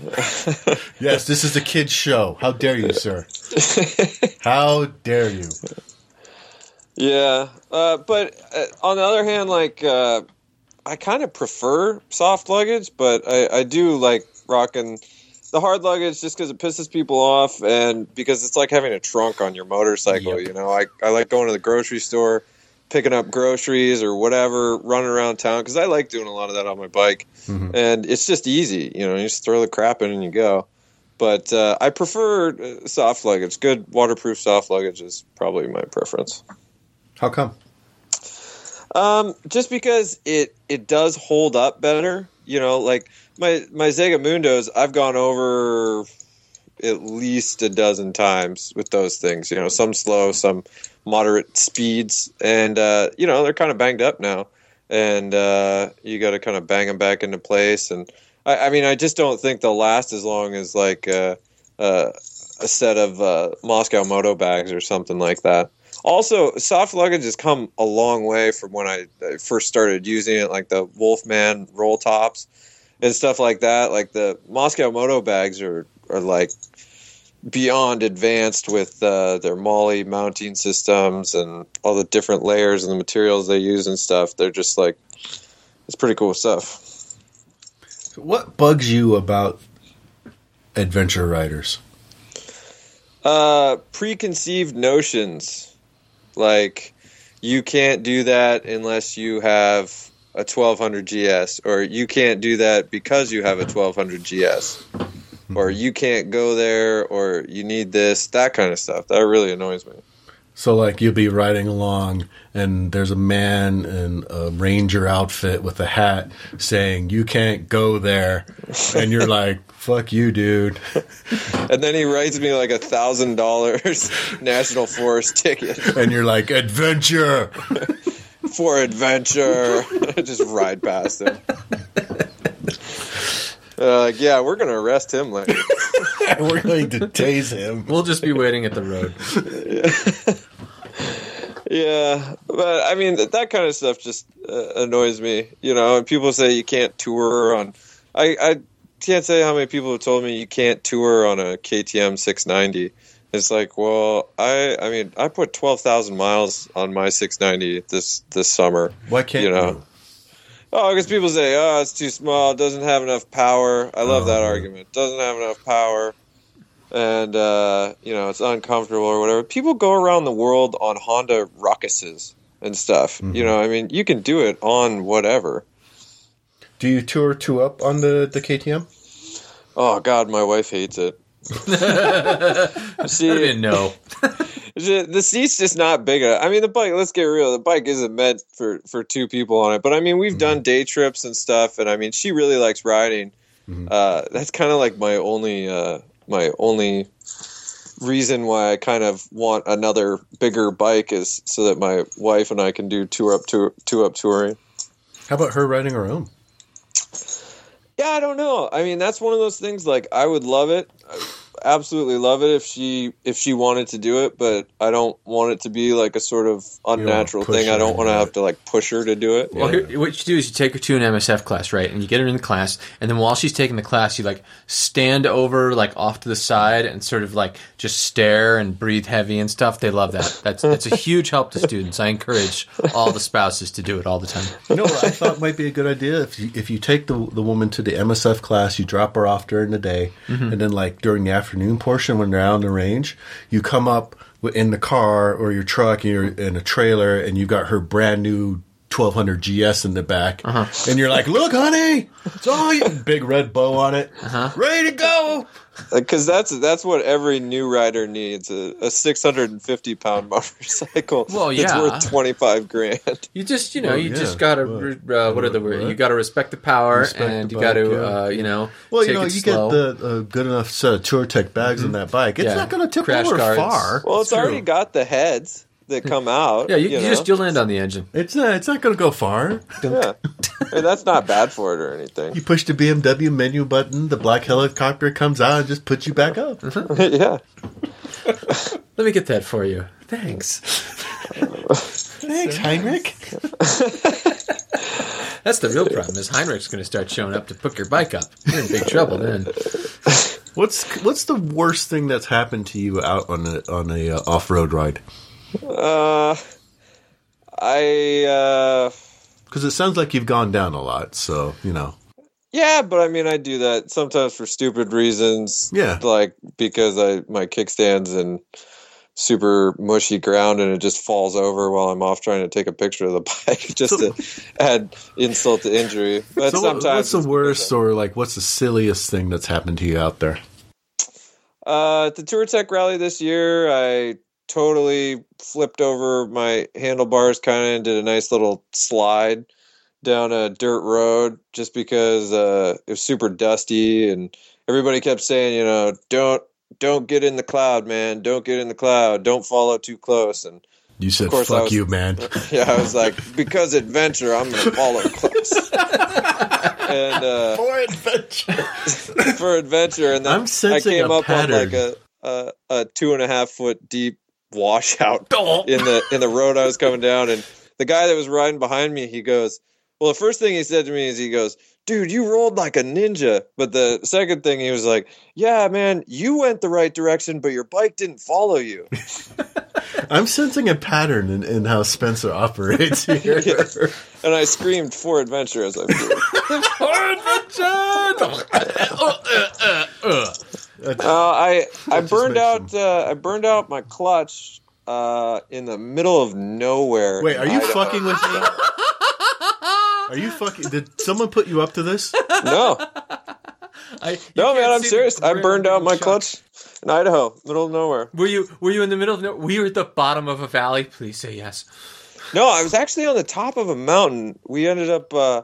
yes, this is a kids' show. How dare you, sir? How dare you? Yeah, uh, but uh, on the other hand, like uh, I kind of prefer soft luggage, but I, I do like rocking the hard luggage just because it pisses people off and because it's like having a trunk on your motorcycle. You know, I I like going to the grocery store, picking up groceries or whatever, running around town because I like doing a lot of that on my bike, and it's just easy. You know, you just throw the crap in and you go. But uh, I prefer uh, soft luggage. Good waterproof soft luggage is probably my preference. How come? Um, just because it it does hold up better, you know. Like my my Zega Mundos, I've gone over at least a dozen times with those things. You know, some slow, some moderate speeds, and uh, you know they're kind of banged up now, and uh, you got to kind of bang them back into place. And I, I mean, I just don't think they'll last as long as like uh, uh, a set of uh, Moscow moto bags or something like that. Also, soft luggage has come a long way from when I I first started using it, like the Wolfman roll tops and stuff like that. Like the Moscow Moto bags are, are like beyond advanced with uh, their Molly mounting systems and all the different layers and the materials they use and stuff. They're just like, it's pretty cool stuff. What bugs you about adventure riders? Uh, preconceived notions. Like, you can't do that unless you have a 1200 GS, or you can't do that because you have a 1200 GS, or you can't go there, or you need this, that kind of stuff. That really annoys me. So, like, you'll be riding along, and there's a man in a ranger outfit with a hat saying, "You can't go there," and you're like, "Fuck you, dude." And then he writes me like a thousand dollars [LAUGHS] National Forest ticket And you're like, "Adventure." for adventure. [LAUGHS] Just ride past him. Uh, like, yeah, we're gonna arrest him later. [LAUGHS] We're going to tase him. We'll just be waiting at the road. Yeah, but I mean that, that kind of stuff just uh, annoys me, you know. And people say you can't tour on. I I can't say how many people have told me you can't tour on a KTM 690. It's like, well, I I mean I put twelve thousand miles on my 690 this this summer. Why can't You you? know. Oh, because people say, oh, it's too small, it doesn't have enough power. I love that argument. Doesn't have enough power, and uh, you know it's uncomfortable or whatever. People go around the world on Honda Ruckuses and stuff. You know, I mean, you can do it on whatever. Do you tour two up on the, the KTM? Oh God, my wife hates it. I she, didn't know. the the seat's just not big enough. I mean, the bike. Let's get real. The bike isn't meant for for two people on it. But I mean, we've done day trips and stuff, and I mean, she really likes riding. Uh, that's kind of like my only uh, my only reason why I kind of want another bigger bike is so that my wife and I can do tour up tour two up touring. How about her riding her [LAUGHS] own? Yeah, I don't know. I mean, that's one of those things. Like, I would love it, I absolutely love it if she if she wanted to do it, but I don't want it to be like a sort of unnatural push thing. her I don't to want to do have it. to like push her to do it. Well, here, what you do is you take her to an MSF class, right? And you get her in the class, and then while she's taking the class, you like stand over, like off to the side, and sort of like just stare and breathe heavy and stuff. They love that. That's that's a huge help to students. I encourage all the spouses to do it all the time. You know what I thought might be a good idea if you, if you take the the woman to the MSF class, you drop her off during the day, and then like during the afternoon portion when they're out on the range, you come up wi- in the car or your truck and you're in a trailer, and you got her brand new 1200 GS in the back, and you're like, "Look, honey, it's all [LAUGHS] you." Big red bow on it, ready to go. because that's that's what every new rider needs a, a 650 pound [LAUGHS] motorcycle Well, that's yeah. worth 25 grand You just, you know, Well, you yeah, just gotta, but- re- uh, what are the words? but- You gotta respect the power, Respect and the you gotta, bike, yeah. uh, you know, Well, take you know, it you slow. Mm-hmm. get the uh, good enough set of tour tech bags on that bike. It's Yeah. not going to tip Crash over guards. far. well it's true. already got the heads that come out yeah, you, you know? just you'll land on the engine. It's not. It's not going to go far. yeah. I mean, that's not bad for it or anything [LAUGHS] You push the BMW menu button, the black helicopter comes out and just puts you back up. Mm-hmm. yeah Let me get that for you. Thanks. Thanks, Heinrich. That's [LAUGHS] the real problem. Is Heinrich's going to start showing up to pick your bike up? You're in big trouble [LAUGHS] then. What's what's the worst thing that's happened to you out on a on a uh, off road ride? uh i uh Because it sounds like you've gone down a lot. So you know, yeah but i mean i do that sometimes for stupid reasons Yeah. like because i my kickstands and super mushy ground and it just falls over while i'm off trying to take a picture of the [LAUGHS] bike just So- to add insult to injury but so what- sometimes what's the it's- worst or like what's the silliest thing that's happened to you out there? Uh, at the Tour Tech Rally this year, I totally flipped over my handlebars, kind of and did a nice little slide down a dirt road just because uh, it was super dusty and everybody kept saying, you know, don't don't get in the cloud, man, don't get in the cloud, don't follow too close, and You said, Of course, I "Fuck was- you, [LAUGHS] man." yeah, I was like, because adventure, I'm gonna follow close. and uh, More adventure. [LAUGHS] for adventure, and then I'm sensing I came a up on like pattern. a, a a two and a half foot deep washout Oh. in the in the road I was coming down, and the guy that was riding behind me, he goes, "Well, the first thing he said to me is he goes." Dude, you rolled like a ninja. But the second thing he was like, "Yeah, man, you went the right direction, but your bike didn't follow you." I'm sensing a pattern in, in how Spencer [LAUGHS] operates here. And I screamed for adventure as I flew. [LAUGHS] [LAUGHS] [LAUGHS] Uh, I I just burned out makes uh, I burned out my clutch uh, in the middle of nowhere. Wait, in are you Idaho. fucking with me? Are you fucking? Did someone put you up to this? [LAUGHS] No, I, you no, can't man. I'm see the serious. I grim burned out my shock. clutch in Idaho, middle of nowhere. Were you were you in the middle of no? Were you at the bottom of a valley? Please say yes. No, I was actually on the top of a mountain. We ended up. Uh,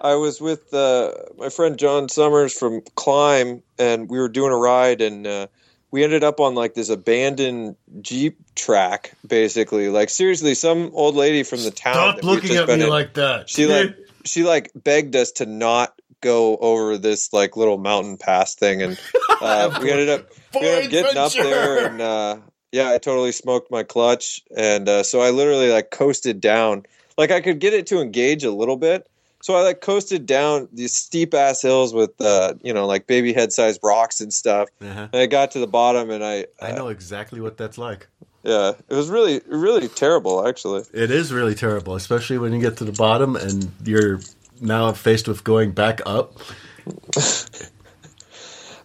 I was with uh, my friend John Summers from Climb, and we were doing a ride, and uh, we ended up on like this abandoned Jeep track, basically. Like seriously, some old lady from the town. Stop that we'd looking just at been me in- like that. she like she like begged us to not go over this like little mountain pass thing and uh, we ended up, we ended up getting up there and uh, yeah i totally smoked my clutch and uh, so i literally like coasted down like i could get it to engage a little bit so i like coasted down these steep ass hills with uh, you know like baby head sized rocks and stuff Uh-huh. and i got to the bottom and i I know exactly what that's like. yeah it was really really terrible actually It is really terrible, especially when you get to the bottom and you're now faced with going back up.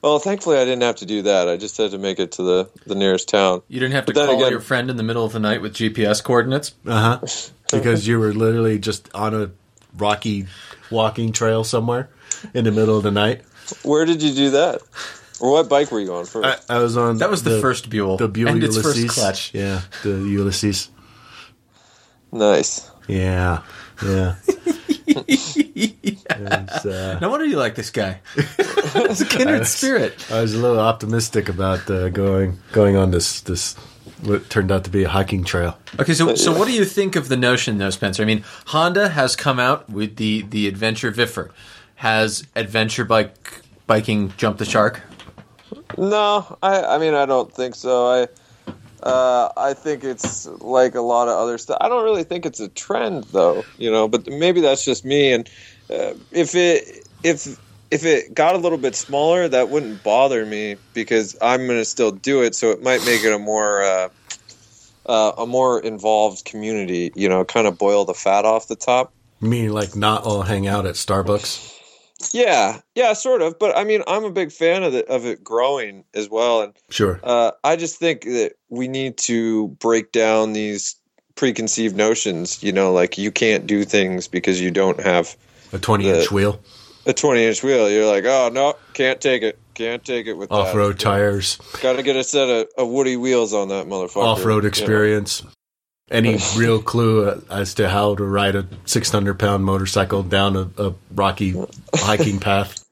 well thankfully i didn't have to do that i just had to make it to the the nearest town You didn't have to But then call again- your friend in the middle of the night with GPS coordinates. Uh huh. Because you were literally just on a rocky walking trail somewhere in the middle of the night. Where did you do that? Or what bike were you on first? I, I was on. That was the, first Buell. The Buell and its Ulysses. first clutch. Yeah, the Ulysses. nice. Yeah, yeah. It was, uh, No wonder you like [LAUGHS] this guy. [LAUGHS] it's a kindred spirit. I was a little optimistic about uh, going going on this this what turned out to be a hiking trail. Okay, so so what do you think of the notion, though, Spencer? I mean, Honda has come out with the the Adventure Viffer. Has adventure bike biking jumped the shark? No, I, I mean I don't think so. I uh, I think it's like a lot of other stuff. I don't really think it's a trend though, you know, but maybe that's just me and uh, if it if if it got a little bit smaller, that wouldn't bother me because I'm going to still do it, so it might make it a more uh, uh, a more involved community, you know, kind of boil the fat off the top. Meaning, like not all hang out at Starbucks. Yeah, yeah, sort of. But I mean, I'm a big fan of the, of it growing as well, and Sure. uh, I just think that we need to break down these preconceived notions. You know, like you can't do things because you don't have A 20 inch The- wheel, a 20 inch wheel. You're like, oh no, can't take it, can't take it with off road tires, Got to get a set of, of Woody wheels on that motherfucker. off road You know? experience. Any real clue uh, as to how to ride a 600 pound motorcycle down a, a rocky hiking path?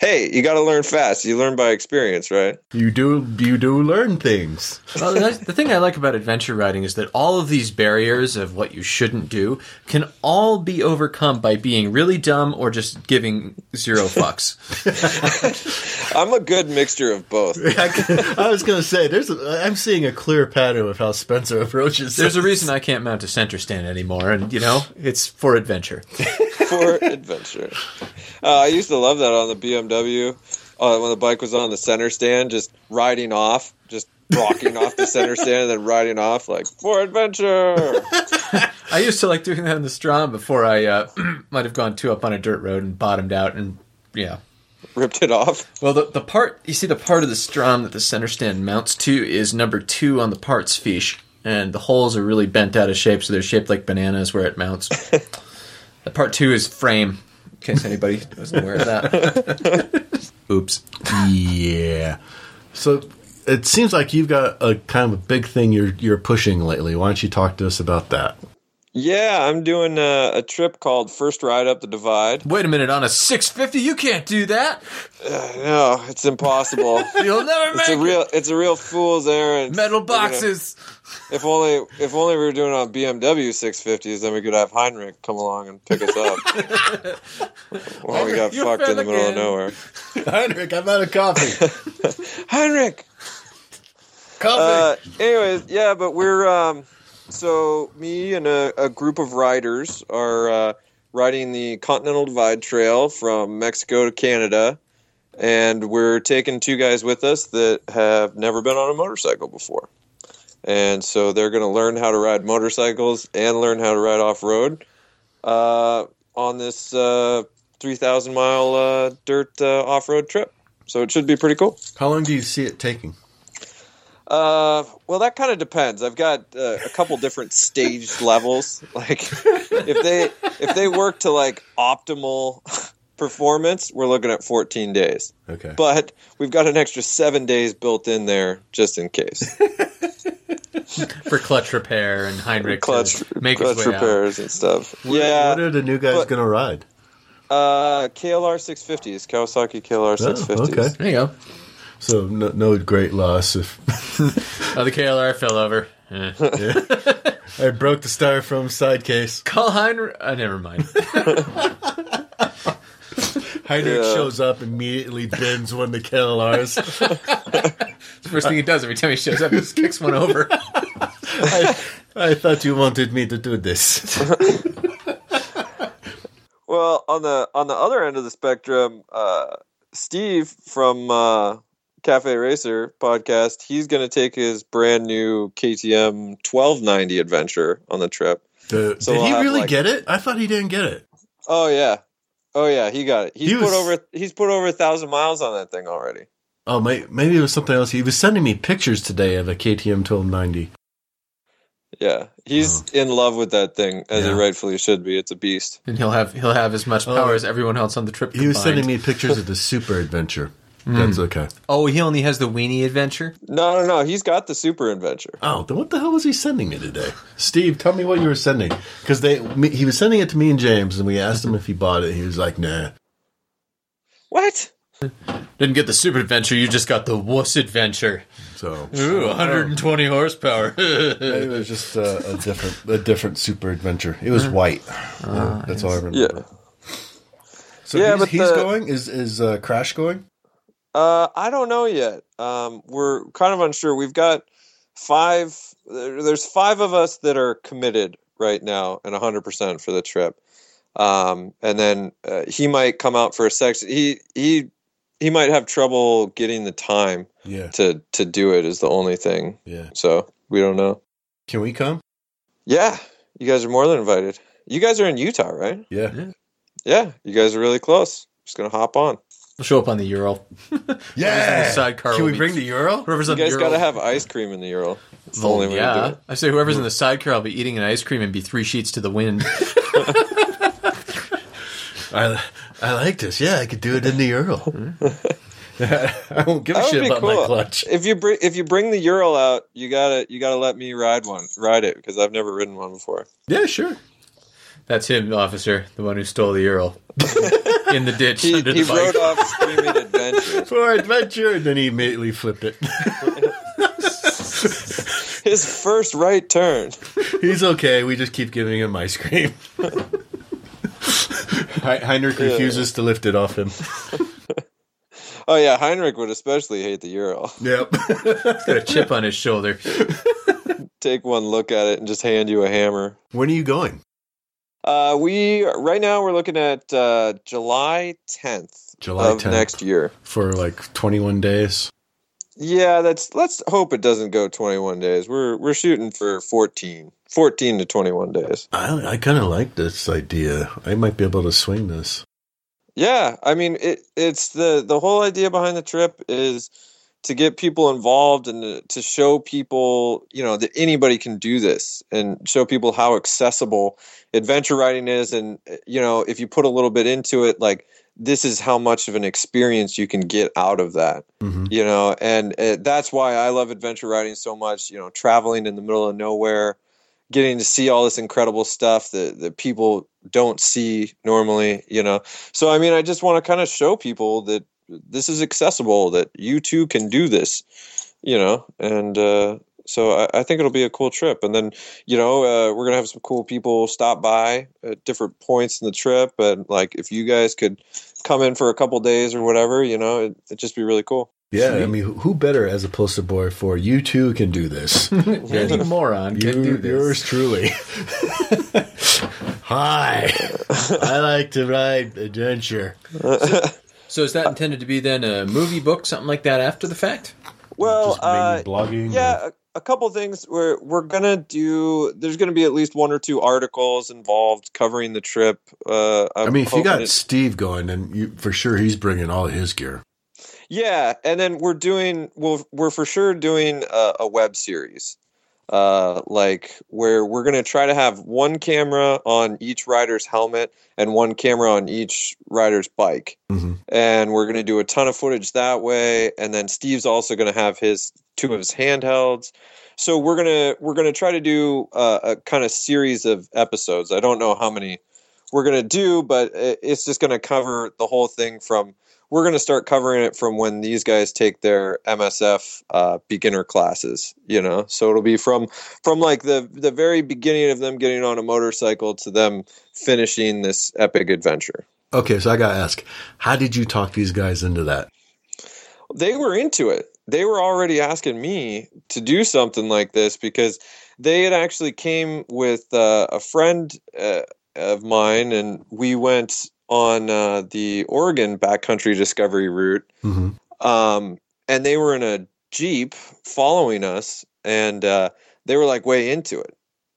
Hey, you got to learn fast. You learn by experience, right? You do, you do learn things. well, that's, the thing I like about adventure riding is that all of these barriers of what you shouldn't do can all be overcome by being really dumb or just giving zero fucks. I'm a good mixture of both. I, I was going to say, there's. A, I'm seeing a clear pattern of how Spencer approaches. There's a this. reason I can't mount a center stand anymore, and you know it's for adventure. for adventure. Uh, I used to love that on the BMW uh, when the bike was on the center stand, just riding off, just rocking off [LAUGHS] the center stand and then riding off like for adventure. I used to like doing that in the Strom before I uh, [CLEARS THROAT] might have gone two up on a dirt road and bottomed out, and yeah. Ripped it off. Well, the, the part you see the part of the Strom that the center stand mounts to is number two on the parts fiche, and the holes are really bent out of shape, so they're shaped like bananas where it [LAUGHS] mounts. the part two is frame, in case anybody wasn't aware of that. [LAUGHS] Oops. Yeah. So it seems like you've got a kind of a big thing you're you're pushing lately. Why don't you talk to us about that? Yeah, I'm doing a, a trip called First Ride Up the Divide. Wait a minute, on a 650, you can't do that. No, [LAUGHS] it's impossible. You'll never It's a make real, it's a real fool's errand. metal We're gonna- boxes. If only, if only we were doing it on BMW 650s, then we could have Heinrich come along and pick us up. [LAUGHS] well, we got You're fucked in the fed middle of again. nowhere. Heinrich, I'm out of [LAUGHS] coffee. Heinrich. coffee. Uh, anyways, yeah, but we're um, so me and a, a group of riders are uh, riding the Continental Divide Trail from Mexico to Canada, and we're taking two guys with us that have never been on a motorcycle before, and so they're going to learn how to ride motorcycles and learn how to ride off road uh, on this uh, three thousand mile uh, dirt uh, off road trip. So it should be pretty cool. How long do you see it taking? Uh, well, that kind of depends. I've got uh, a couple different staged levels. [LAUGHS] Like, if they if they work to like optimal performance, we're looking at 14 days. Okay. But we've got an extra seven days built in there just in case. for clutch repair and Heinrich Clutch, to [LAUGHS] make clutch his way out. repairs and stuff. What yeah, are the new guys But- going to ride? uh, KLR 650s, Kawasaki KLR Oh, 650s. okay. There you go. So no, no great loss. If [LAUGHS] Oh, the KLR fell over. [LAUGHS] Eh. I broke the styrofoam side case, Call Heinrich. Uh, never mind. Heinrich Yeah. shows up immediately, bends one of the KLRs. First thing he does every time he shows up is kicks one over. I, I thought you wanted me to do this. Well, on the on the other end of the spectrum, uh, Steve from uh, Cafe Racer podcast, he's going to take his brand new KTM 1290 adventure on the trip. The- So did we'll he have, really like- get it? I thought he didn't get it. Oh yeah, oh yeah, he got it. He's He was- put over he's put over a thousand miles on that thing already. Oh, may, maybe it was something else. He was sending me pictures today of a KTM 1290. Yeah, he's in love with that thing as Oh. Yeah. he rightfully should be. It's a beast. [LAUGHS] And he'll have he'll have as much power Oh. as everyone else on the trip. He was combined. sending me pictures [LAUGHS] of the Super Adventure. Hmm. That's okay. Oh, he only has the weenie adventure. No, no, no. He's got the super adventure. Oh, then what the hell was he sending me today? Steve, tell me what you were sending because they me, he was sending it to me and James, and we asked him if he bought it. He was like, "Nah." What? Didn't get the super adventure. You just got the wuss adventure. So Ooh, 120 horsepower. [LAUGHS] it was just uh, a different a different Super Adventure. It was white. That's all I Hmm. Ah, Yeah. remember. So Yeah, he's, but he's the- going. Is is uh, Crash going? Uh, I don't know yet. Um, we're kind of unsure. We've got five. there- There's five of us that are committed right now and 100% for the trip. Um, and then uh, he might come out for a section. He he he might have trouble getting the time Yeah, to to do it. Is the only thing. yeah. So we don't know. Can we come? Yeah, you guys are more than invited. You guys are in Utah, right? Yeah. Yeah, you guys are really close. Just gonna hop on. We'll show up on the Ural. Yeah. Sidecar Can will we be- bring the Ural? Whoever's You on the guys Ural. gotta have ice cream in the Ural. It's the only way to do yeah. it. I say whoever's in the sidecar, I'll be eating an ice cream and be three sheets to the wind. I, I like this. Yeah, I could do it in the Earl. [LAUGHS] I won't give a That would shit be about cool. my clutch. If you bring if you bring the Ural out, you gotta you gotta let me ride one, ride it because I've never ridden one before. Yeah, sure. [LAUGHS] That's him, officer, the one who stole the Earl in the ditch He, under he the bike. rode off screaming [LAUGHS] adventure. For adventure, and then he immediately flipped it. [LAUGHS] His first right turn. He's okay. We just keep giving him ice cream. [LAUGHS] Hei- Heinrich refuses to lift it off him. Oh yeah, Heinrich would especially hate the Ural. Yep. Got a chip on his shoulder. Take one look at it and just hand you a hammer. [LAUGHS] when are you going? Uh, we right now we're looking at uh, July tenth July of 10th. next year. For like 21 days. Yeah, that's let's hope it doesn't go 21 days. We're we're shooting for 14, 14 to 21 days. I, I kind of like this idea. I might be able to swing this. Yeah, I mean it it's the the whole idea behind the trip is to get people involved and to- to show people, you know, that anybody can do this and show people how accessible adventure riding is and eh, you know, if you put a little bit into it like this is how much of an experience you can get out of that. Mhm. you know and uh that's why i love adventure riding so much you know traveling in the middle of nowhere getting to see all this incredible stuff that, that people don't see normally you know so i mean i just want to kind of show people that this is accessible that you too can do this you know and uh, so I, I think it'll be a cool trip and then you know uh, we're gonna have some cool people stop by at different points in the trip and like if you guys could come in for a couple days or whatever you know it, it'd just be really cool Yeah, I mean, who better as a poster boy for you too can do this? Any moron can do You, this. yours [LAUGHS] truly. [LAUGHS] Hi, I like to ride adventure. So is that intended to be then a movie book, something like that after the fact? Well, uh, blogging. yeah, a, a couple things. We're we're gonna do. There's gonna be at least one or two articles involved covering the trip. Uh, I I'm mean, if you hoping got it- Steve going, then you for sure he's bringing all of his gear. yeah, and then we're doing. We'll, we're for sure doing a, a web series, uh, like where we're gonna try to have one camera on each rider's helmet and one camera on each rider's bike. Mhm. and we're going to do a ton of footage that way and then steve's also going to have his two of his handhelds so we're going to we're going to try to do uh, a kind of series of episodes i don't know how many we're going to do but i- it's just going to cover the whole thing from we're going to start covering it from when these guys take their msf uh, beginner classes you know so it'll be from from like the the very beginning of them getting on a motorcycle to them finishing this epic adventure Okay, so I gotta ask, how did you talk these guys into that? they were into it. They were already asking me to do something like this because they had actually came with uh, a friend uh, of mine, and we went on uh, the Oregon backcountry discovery route hmm um, and they were in a jeep following us, and uh, they were like way into it.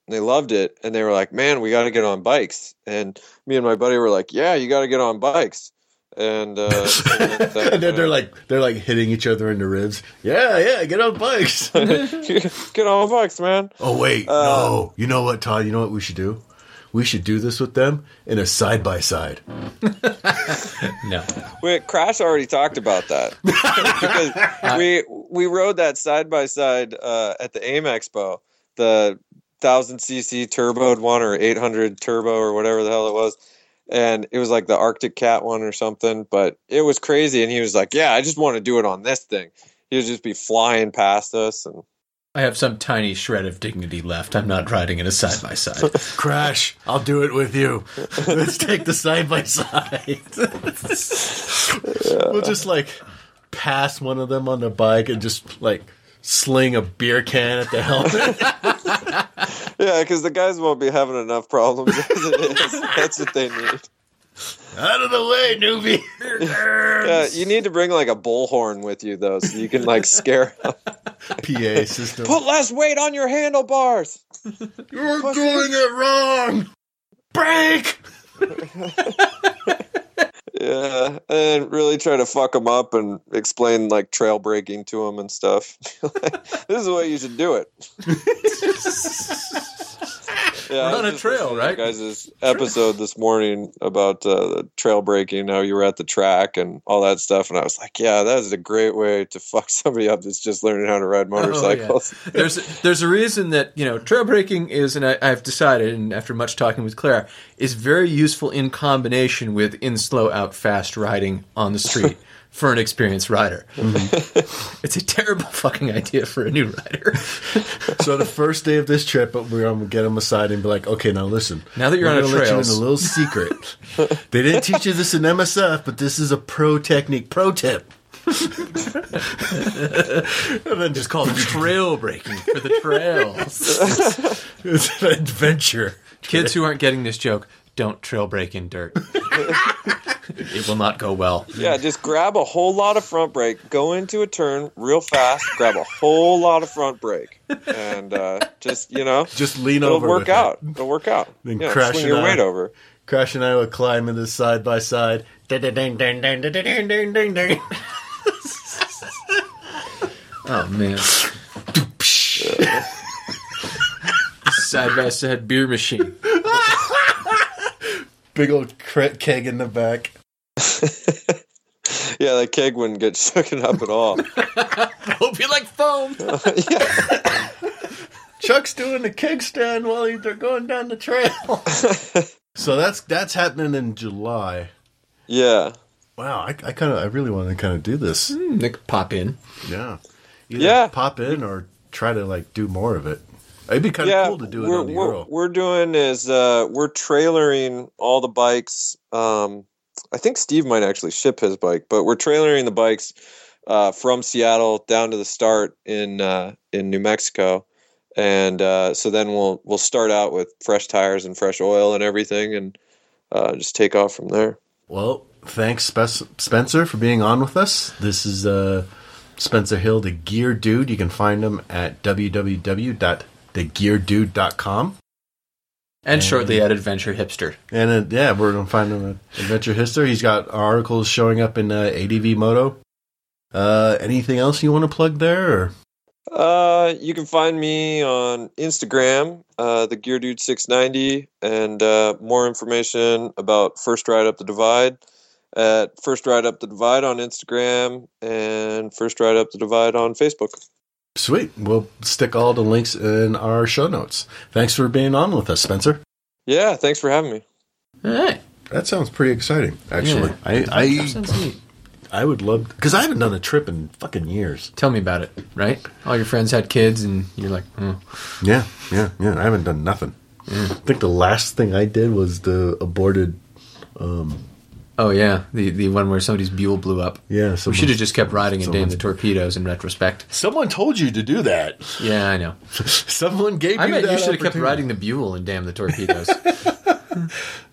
And they loved it, and they were like, "Man, we got to get on bikes." And me and my buddy were like, "Yeah, you got to get on bikes." And, uh, [LAUGHS] and then that- and then they're like they're like hitting each other in the ribs. Yeah, yeah, get on [LAUGHS] bikes. [LAUGHS] "Get on bikes, man." oh wait, Uh, no. You know what, Todd? You know what we should do? We should do this with them in a side by side. No. Wait, Crash already talked about that because we we rode that side by side uh, at the AIM Expo, the thousand cc turboed one or eight hundred turbo or whatever the hell it was, and it was like the Arctic Cat one or something. But it was crazy, and he was like, "Yeah, I just want to do it on this thing." He would just be flying past us, and I have some tiny shred of dignity left. I'm not riding in a side by side. Crash, I'll do it with you. Let's take the side by side. We'll just like pass one of them on their bike and just like sling a beer can at the helmet. [LAUGHS] yeah, because the guys won't be having enough problems [LAUGHS] as it is. That's what they need. Out of the way, newbie. [LAUGHS] Yeah, Uh, you need to bring like a bullhorn with you though, so you can like scare. 'em. PA system. [LAUGHS] Put less weight on your handlebars. You're doing it wrong. Break. Yeah, and really try to fuck them up and explain like trail breaking to them and stuff. [LAUGHS] Like, this is the way you should do [LAUGHS] it. yeah, I Run was a just trail, listening to right? you Guys, episode this morning about uh, the trail breaking, how you were at the track and all that stuff, and I was like, yeah, that is a great way to fuck [LAUGHS] somebody up that's just learning how to ride Oh, motorcycles. there's there's a reason that you know trail breaking is, and I, I've decided, and after much talking with Claire, is very useful in combination with in slow out fast riding on the street for an experienced rider. [LAUGHS] it's a terrible fucking idea for a new rider. So the first day of this trip, we're gonna get them aside and be like, "Okay, now listen. Now that you're we're on a gonna let you in trails." a little [LAUGHS] secret. they didn't teach you this in MSF, but this is a pro technique, pro tip." [LAUGHS] and then just call it trail breaking. [LAUGHS] for the trails, It's an adventure. kids who aren't getting this joke, don't trail break in [LAUGHS] dirt. it will not go well. Yeah, just grab a whole lot of front brake, go into a turn real fast, grab a whole lot of front brake, and uh, just you know, Just lean it'll over. work with it. out. It'll work out. Then yeah, crash swing it your out. weight over. Crash and I would climb in this side by side. [LAUGHS] Ding, ding, ding, ding, ding, ding, ding, ding, ding, ding. Oh man. Side by side beer machine. Big old cre- keg in the back. Yeah, that keg wouldn't get [LAUGHS] shooken up at all. Hope you like foam. Chuck's doing the keg stand while he- they're going down the [LAUGHS] trail. so that's that's happening in July. yeah, Wow, I, I kind of I really want to kind of do this. Hmm, Nick, pop in. Yeah, Either Yeah. Pop in or try to like do more of it. It'd be kind of yeah. cool to do it we're, on the we're, Euro. we're doing is uh, we're trailering all the bikes. Um, I think Steve might actually ship his bike, but we're trailering the bikes uh, from Seattle down to the start in uh, in New Mexico, and uh, so then we'll we'll start out with fresh tires and fresh oil and everything, and uh, just take off from there. Well, thanks Spec- Spencer for being on with us. This is uh, Spencer Hill, the Gear Dude. You can find him at www.thegeardude.com. And shortly at Adventure Hipster. And uh, yeah, we're gonna find him at Adventure History. He's got articles showing up in uh, ADV Moto. Uh, anything else you want to plug there? Or? Uh, you can find me on Instagram, uh, the Gear Dude Six Ninety, and uh, more information about First Ride Up the Divide at First Ride Up the Divide on Instagram and First Ride Up the Divide on Facebook. Sweet. We'll stick all the links in our show notes. Thanks for being on with us, Spencer. Yeah, thanks for having me. All right. That sounds pretty exciting, actually. I Sounds neat. I, I would love because I haven't done a trip in fucking years. Tell me about it, right? All your friends had kids, and you're like, hmm. Yeah, yeah, yeah. I haven't done nothing. Mm. I think the last thing I did was the aborted. oh yeah, the the one where somebody's Buell blew up. Yeah, we someone- should have just kept riding and someone's- damned the torpedoes. In retrospect, Someone told you to do that. yeah, I know. [LAUGHS] Someone gave I you meant that. you should have kept opportunity. riding the Buell and damn the torpedoes.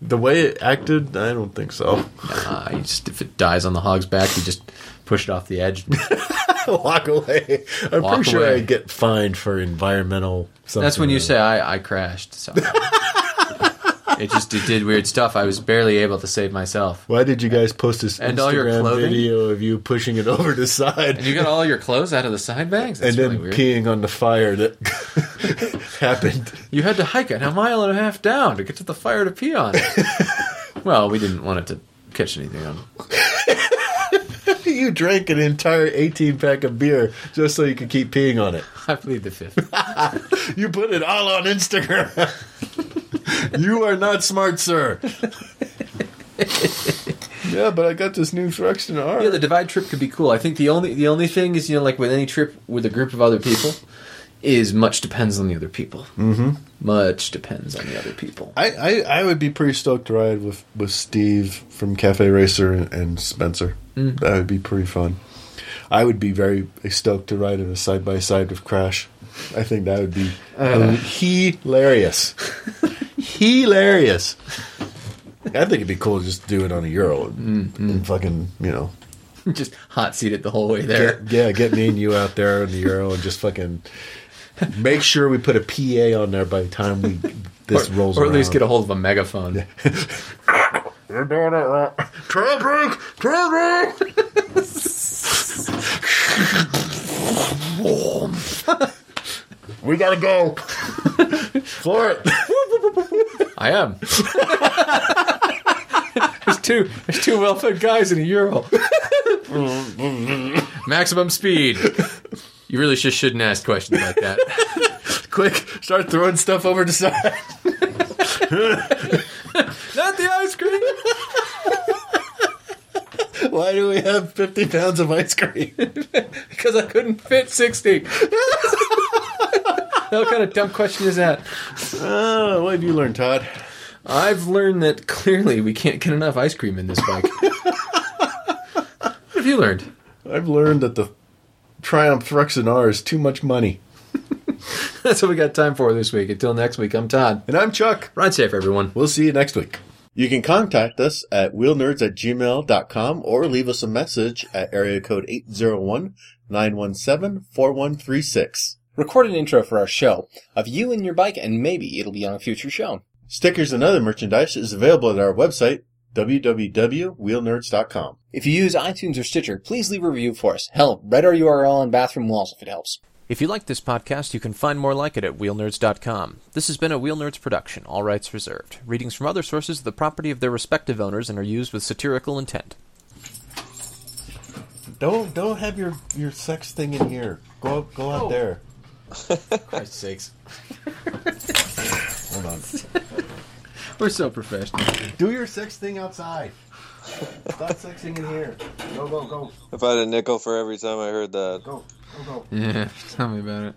The way it acted, I don't think so. uh, you just if it dies on the hog's back, you just push it off the [LAUGHS] edge. [LAUGHS] Walk away. I'm Walk pretty sure away. I'd get fined for environmental. Something That's when you or say I, I crashed. [LAUGHS] So. it just it did weird stuff. I was barely able to save myself. Why did you guys post this And Instagram all your clothing? video of you pushing it [LAUGHS] over the side And you got all your clothes out of the side bags. That's and then really weird. peeing on the fire that [LAUGHS] happened? You had to hike it a mile and a half down to get to the fire to [LAUGHS] pee on. well, we didn't want it to catch anything on. [LAUGHS] you drank an entire 18 pack of beer just so you could keep peeing on it. I plead the fifth. You put it all on Instagram. [LAUGHS] you are not smart, sir. [LAUGHS] yeah, but I got this new Thruxton R. [LAUGHS] Yeah, the divide trip could be cool. I think the only the only thing is you know like with any trip with a group of other people is much depends on the other people. Mm-hmm. Much depends on the other people. I, I, I would be pretty stoked to ride with, with Steve from Cafe Racer and, and Spencer. Mm. That would be pretty fun. I would be very stoked to ride in a side by side with Crash. I think that would be Uh. hilarious. hilarious. I think it'd be cool to just do it on a Euro and, Mm-hmm. and fucking, you know, [LAUGHS] just hot seated the whole way there. get, yeah, get me and you out there on the Euro and just fucking make sure we put a PA on there by the time we this or, rolls or at least around. [LAUGHS] get a hold of a megaphone. You're doing it wrong. Trail break! Trail break! Oh, we gotta go. [LAUGHS] For it. I am. [LAUGHS] there's two. There's two well-fed guys in a euro. [LAUGHS] Maximum speed. You really just shouldn't ask questions like that. Quick, start throwing [LAUGHS] stuff over to [LAUGHS] side. Not the ice [LAUGHS] cream. Why do we have 50 pounds of ice cream? Because I couldn't fit sixty. [LAUGHS] what kind of dumb question is that? Oh, what did you learn, Todd? I've learned that clearly we can't get enough ice cream in this [LAUGHS] bike. what have you learned? [LAUGHS] I've learned that the Triumph Thruxin R is too much money. That's what we got time for this week. Until next week, I'm Todd. And I'm Chuck. Ride safe, everyone. We'll see you next week. You can contact us at wheelnerds at gmail.com or leave us a message at area code 801-917-4136. Record an intro for our show of you and your bike, and maybe it'll be on a future show. Stickers and other merchandise is available at our website, www.wheelnerds.com. If you use iTunes or Stitcher, please leave a review for us. Hell, write our URL on bathroom walls if it helps. If you like this podcast, you can find more like it at wheelnerds.com. This has been a Wheel Nerds production, all rights reserved. Readings from other sources are the property of their respective owners and are used with satirical intent. Don't don't have your, your sex thing in here. Go go out there. Christ's sakes. Hold on. We're so professional. Do your sex thing outside. Stop sexing in here. Go go go If I had a nickel for every time I heard that. go go go. Yeah, tell me about it.